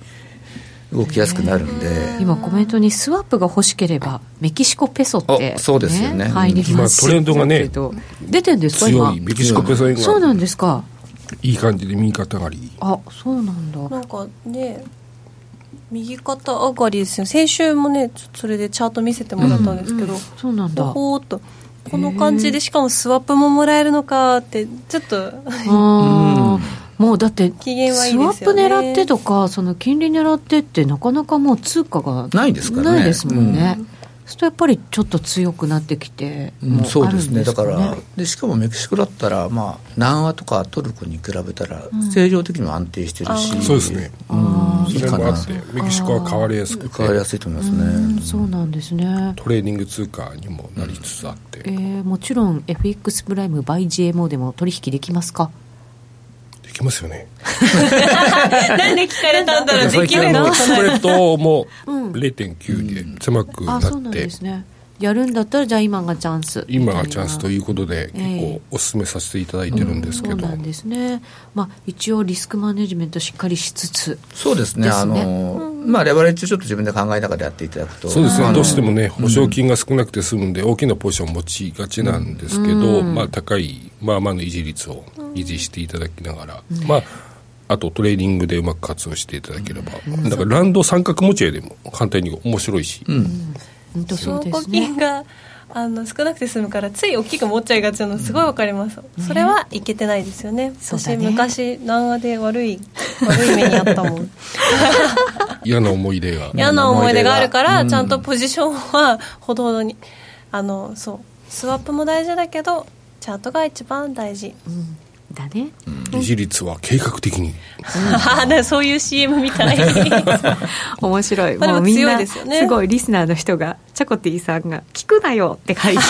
S2: 動きやすくなるんで。
S1: 今コメントにスワップが欲しければメキシコペソって、
S2: あそうですよね
S1: 入ります
S3: まあトレンドがね
S1: けど出てんですか
S3: 強
S1: 今
S3: いメキシコペソ円が
S1: そうなんですか
S3: いい感じで右肩上がり
S1: あそうなんだ
S4: なんかね右肩上がりですよ先週もねちょっとそれでチャート見せてもらったんですけど、
S1: そうなんだ
S4: ほーっとこの感じでしかもスワップももらえるのかってちょっと
S1: あーもうだって
S4: 機嫌はい
S1: ス
S4: い
S1: ワ
S4: で
S1: ッ
S4: す
S1: プ
S4: よね
S1: 狙ってとかその金利狙ってってなかなかもう通貨が
S2: ないですからね
S1: ないですもんね、そうするとやっぱりちょっと強くなってきて、
S2: うん、
S1: も
S2: そ
S1: あ
S2: う
S1: る
S2: で
S1: ん
S2: すねだか
S1: ね
S2: らでしかもメキシコだったら、まあ、南アとかトルコに比べたら正常的にも安定してるし、
S4: あー
S3: そうですね
S1: あー
S2: いい
S3: それ
S2: か
S3: もあ
S2: な
S3: ってメキシコは変わりやすくて
S2: 変わりやすいと思いますね、
S1: うんそうなんですね
S3: トレーディング通貨にもなりつつあって、
S1: えーもちろん FX プライム by GMO でも取引できますか
S3: できますよね
S4: なんで聞かれたんだろうできる
S3: も
S4: の
S3: うストレートも
S1: うん
S3: 0.9で狭くな
S1: あ
S3: っ
S1: そうなん
S3: て
S1: ですねやるんだったらじゃあ今がチャンス
S3: 今がチャンスと
S1: う
S3: いうことで結構お勧めさせていただいてるんですけ
S1: そう
S3: ど
S1: なんですね、まあ、一応リスクマネジメントしっかりしつつ
S2: そうですね
S1: です
S2: あ
S1: ね
S2: の、まあ、レバレッジをちょっと自分で考えながらやっていただくと
S3: そうです
S2: あ
S3: ね
S2: の
S3: どうしてもね保証金が少なくて済むんで大きなポジション持ちがちなんですけどまあ高いまあまあの維持率を維持していただきながらまああとトレーディングでうまく活用していただければ、だからランド三角持ち合いでも簡単に面白いし、
S1: 本当そうで
S4: 証
S1: す
S4: 拠
S1: ね
S4: 金があの少なくて済むからつい大きく持っちゃいがちなのすごいわかります、それはいけてないですよね
S1: そうだ
S4: 私
S1: ね
S4: 昔南アで悪い悪い目にあったもん
S3: 嫌な思い出が
S4: 嫌な思い出があるから、
S2: うん
S4: ちゃんとポジションはほどほどにあのそうスワップも大事だけどチャートが一番大事、
S1: だね
S3: 維持率は計画的に
S4: あ (laughs) あそういう CM みたい
S1: 面白い
S4: まあで
S1: も
S4: も
S1: うみん
S4: 強い
S1: な
S4: ですすよね
S1: ごいリスナーの人がチャコティさんが「聞くなよ」って
S3: (laughs)
S1: 書いて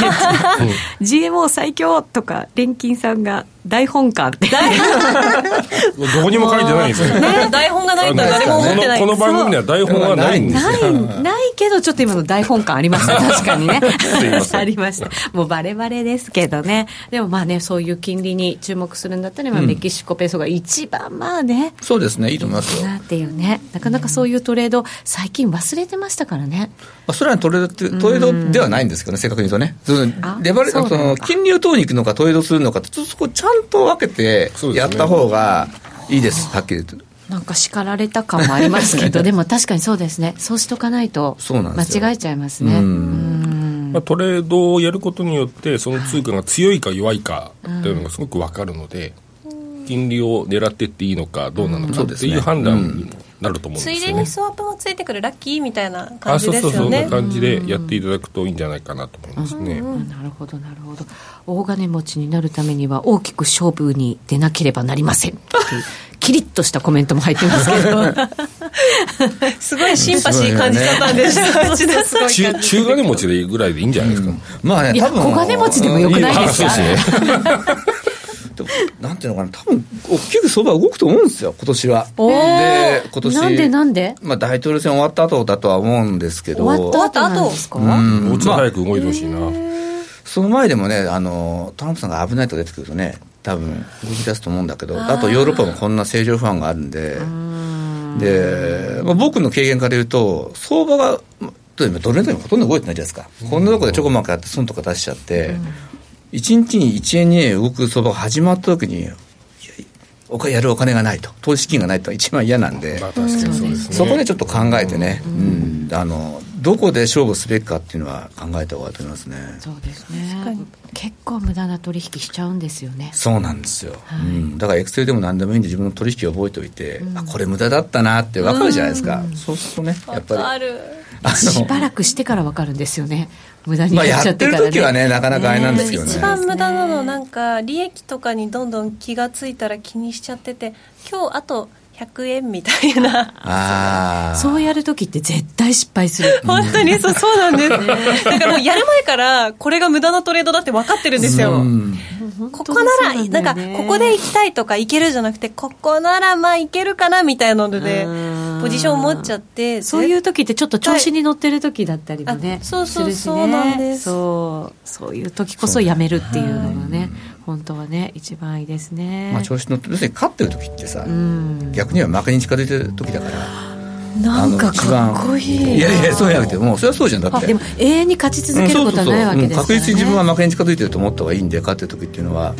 S1: GMO 最強」とか錬金さんが「大本館」って
S3: (laughs) (laughs) どこにも書いてないんです (laughs) よ
S4: (laughs) 台本がない
S3: あ
S4: と
S3: の
S4: 誰も思ってない
S3: このこの番組には台本はないんですよ
S1: ない、ないけど、ちょっと今の台本感ありま
S3: (laughs)
S1: した。確かにね
S3: いま。せん
S1: ありました。もうバレバレですけどね。でもまあね、そういう金利に注目するんだったら、まあメキシコペソが一番まあね、
S2: そうですねいいと思いますよ
S1: なっていうね。なかなかそういうトレード、最近忘れてましたからね。
S2: まあ、それはトレードってトレードではないんですけどね、正確に言うとね、そ
S1: あ
S2: のレバレ
S1: そ
S2: そう
S1: なのか
S2: の金利を取りに行くのか、トレードするのかって、ちょっとそこちゃんと分けて
S3: そうです
S2: やっ
S3: ね
S2: た方がいいです、はっきり言うと。
S1: なんか叱られた感もあります
S2: (laughs)
S1: けど、でも確かにそうですね。そうしとかないと、
S2: そうなんですよ
S1: 間違えちゃいますね。うん
S3: まあ、トレードをやることによってその通貨が強いか弱いかというのがすごく分かるので、金利を狙ってっていいのかどうなのか
S2: そう
S3: っ
S2: です
S3: て
S2: ね
S3: いう判断にもなると思うん
S4: つ
S3: で
S4: い
S3: す
S4: で
S3: よね
S4: に。スワップもついてくるラッキーみたいな感
S3: あ
S4: じ
S3: そう
S4: です
S3: そうそ
S4: よ
S3: んな
S4: ね
S3: 感じでやっていただくといいんじゃないかなと思いますね。
S1: なるほどなるほど大金持ちになるためには大きく勝負に出なければなりませんっていうキリッとしたコメントも入ってます
S2: (laughs)
S1: けど
S4: すごいシンパシー感じちゃったんでしょ内田さん (laughs)
S3: 中中金持ちでいいぐらいでいいんじゃないですか。
S2: まあ
S1: い
S2: ね、
S1: や
S2: 多分
S1: 小金持ちでもよくないですか
S3: いいよあそうですね。
S2: でもなんていうのかな、多分大きく相場動くと思うんですよ、今年は。
S1: お
S2: で、今年
S1: なんでなんで
S2: まあ、大統領選終わった後だとは思うんですけど、
S1: 終わった後なんですか、
S2: うん
S3: もうちょっと
S2: まあ
S3: 早く動いてほしいな。
S2: その前でもねあの、トランプさんが危ないと出てくるとね、多分動き出すと思うんだけど、あとヨーロッパもこんな政情不安があるんで、でまあ、僕の経験から言うと、相場が、まあ例えばドル円とかもほとんど動いてないじゃないですか、こんなとこでちょこまかやって、損とか出しちゃって、一1日に1円、2円動く相場が始まったときに、いやお金やるお金がないと、投資資金がないと、一番嫌なんで。
S3: まあ確かにそうですね。
S2: そこでちょっと考えてね、うんあのどこで勝負すべきかっていうのは考えた方がいいと思いますね。
S1: そうですね
S4: かに
S1: 結構無駄な取引しちゃうんですよね
S2: そうなんですよ、うん、だからエクセルでも何でもいいんで自分の取引を覚えておいて、あこれ無駄だったなって分かるじゃないですか、そうするとねやっぱり
S4: ある
S2: あ
S1: しばらくしてから分かるんですよね無駄に
S2: (laughs) まあ
S1: やっ
S2: や
S1: ちゃっ
S2: ってて
S1: か
S2: る
S1: らね
S2: 時はねなかなかあれなんですけどね
S4: 一番無駄なのなんか利益とかにどんどん気がついたら気にしちゃってて今日あと100円みたいな
S2: ああ
S1: そうやる時って絶対失敗
S2: (laughs)
S1: する
S4: 本当にそうそうなんですだからもうやる前からこれが無駄なトレードだって分かってるんですよ、
S2: うん
S4: ここなら
S1: 本当にそう
S4: なん
S1: だよ
S4: か
S1: ね
S4: ここで行きたいとか行けるじゃなくてここならまあ行けるかなみたいなので
S1: うん
S4: ポジションを持っちゃって
S1: そういう時ってちょっと調子に乗ってる時だったりもね、
S4: あそうそう
S1: るしね
S4: そうなんです
S1: そうそういう時こそやめるっていうのがね本当はね一番いいですね、
S2: まあ、調子乗って要するに勝ってる時ってさ、
S1: うん
S2: 逆には負けに近づいてる時だから
S1: なんかかっこい
S2: あの一番
S1: い
S2: いやいやそうじゃなくてもうそれはそうじゃんだって
S1: でも永遠に勝ち続けることはないわけ
S2: う
S1: で
S2: ん
S1: す
S2: そう
S1: から、ね
S2: そうそううん確実に自分は負けに近づいてると思った方がいいんで勝ってる時っていうのは
S1: は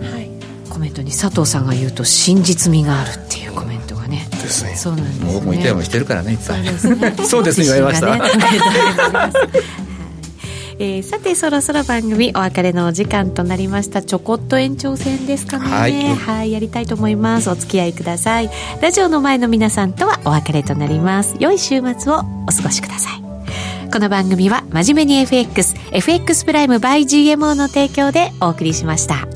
S1: い
S4: はい
S1: コメントに佐藤さんが言うと真実味があるっていうコメントがね
S2: ですね
S1: そうなんですね
S2: もう僕もいたりもしてるからねいっぱい
S1: そうですね
S2: (laughs) そうですね言われました
S1: (laughs) 自信がね
S2: (laughs)
S1: えーさてそろそろ番組お別れのお時間となりましたちょこっと延長戦ですかね
S2: はい
S1: はいやりたいと思いますお付き合いくださいラジオの前の皆さんとはお別れとなります良い週末をお過ごしくださいこの番組は真面目に FXFX プライム by GMO の提供でお送りしました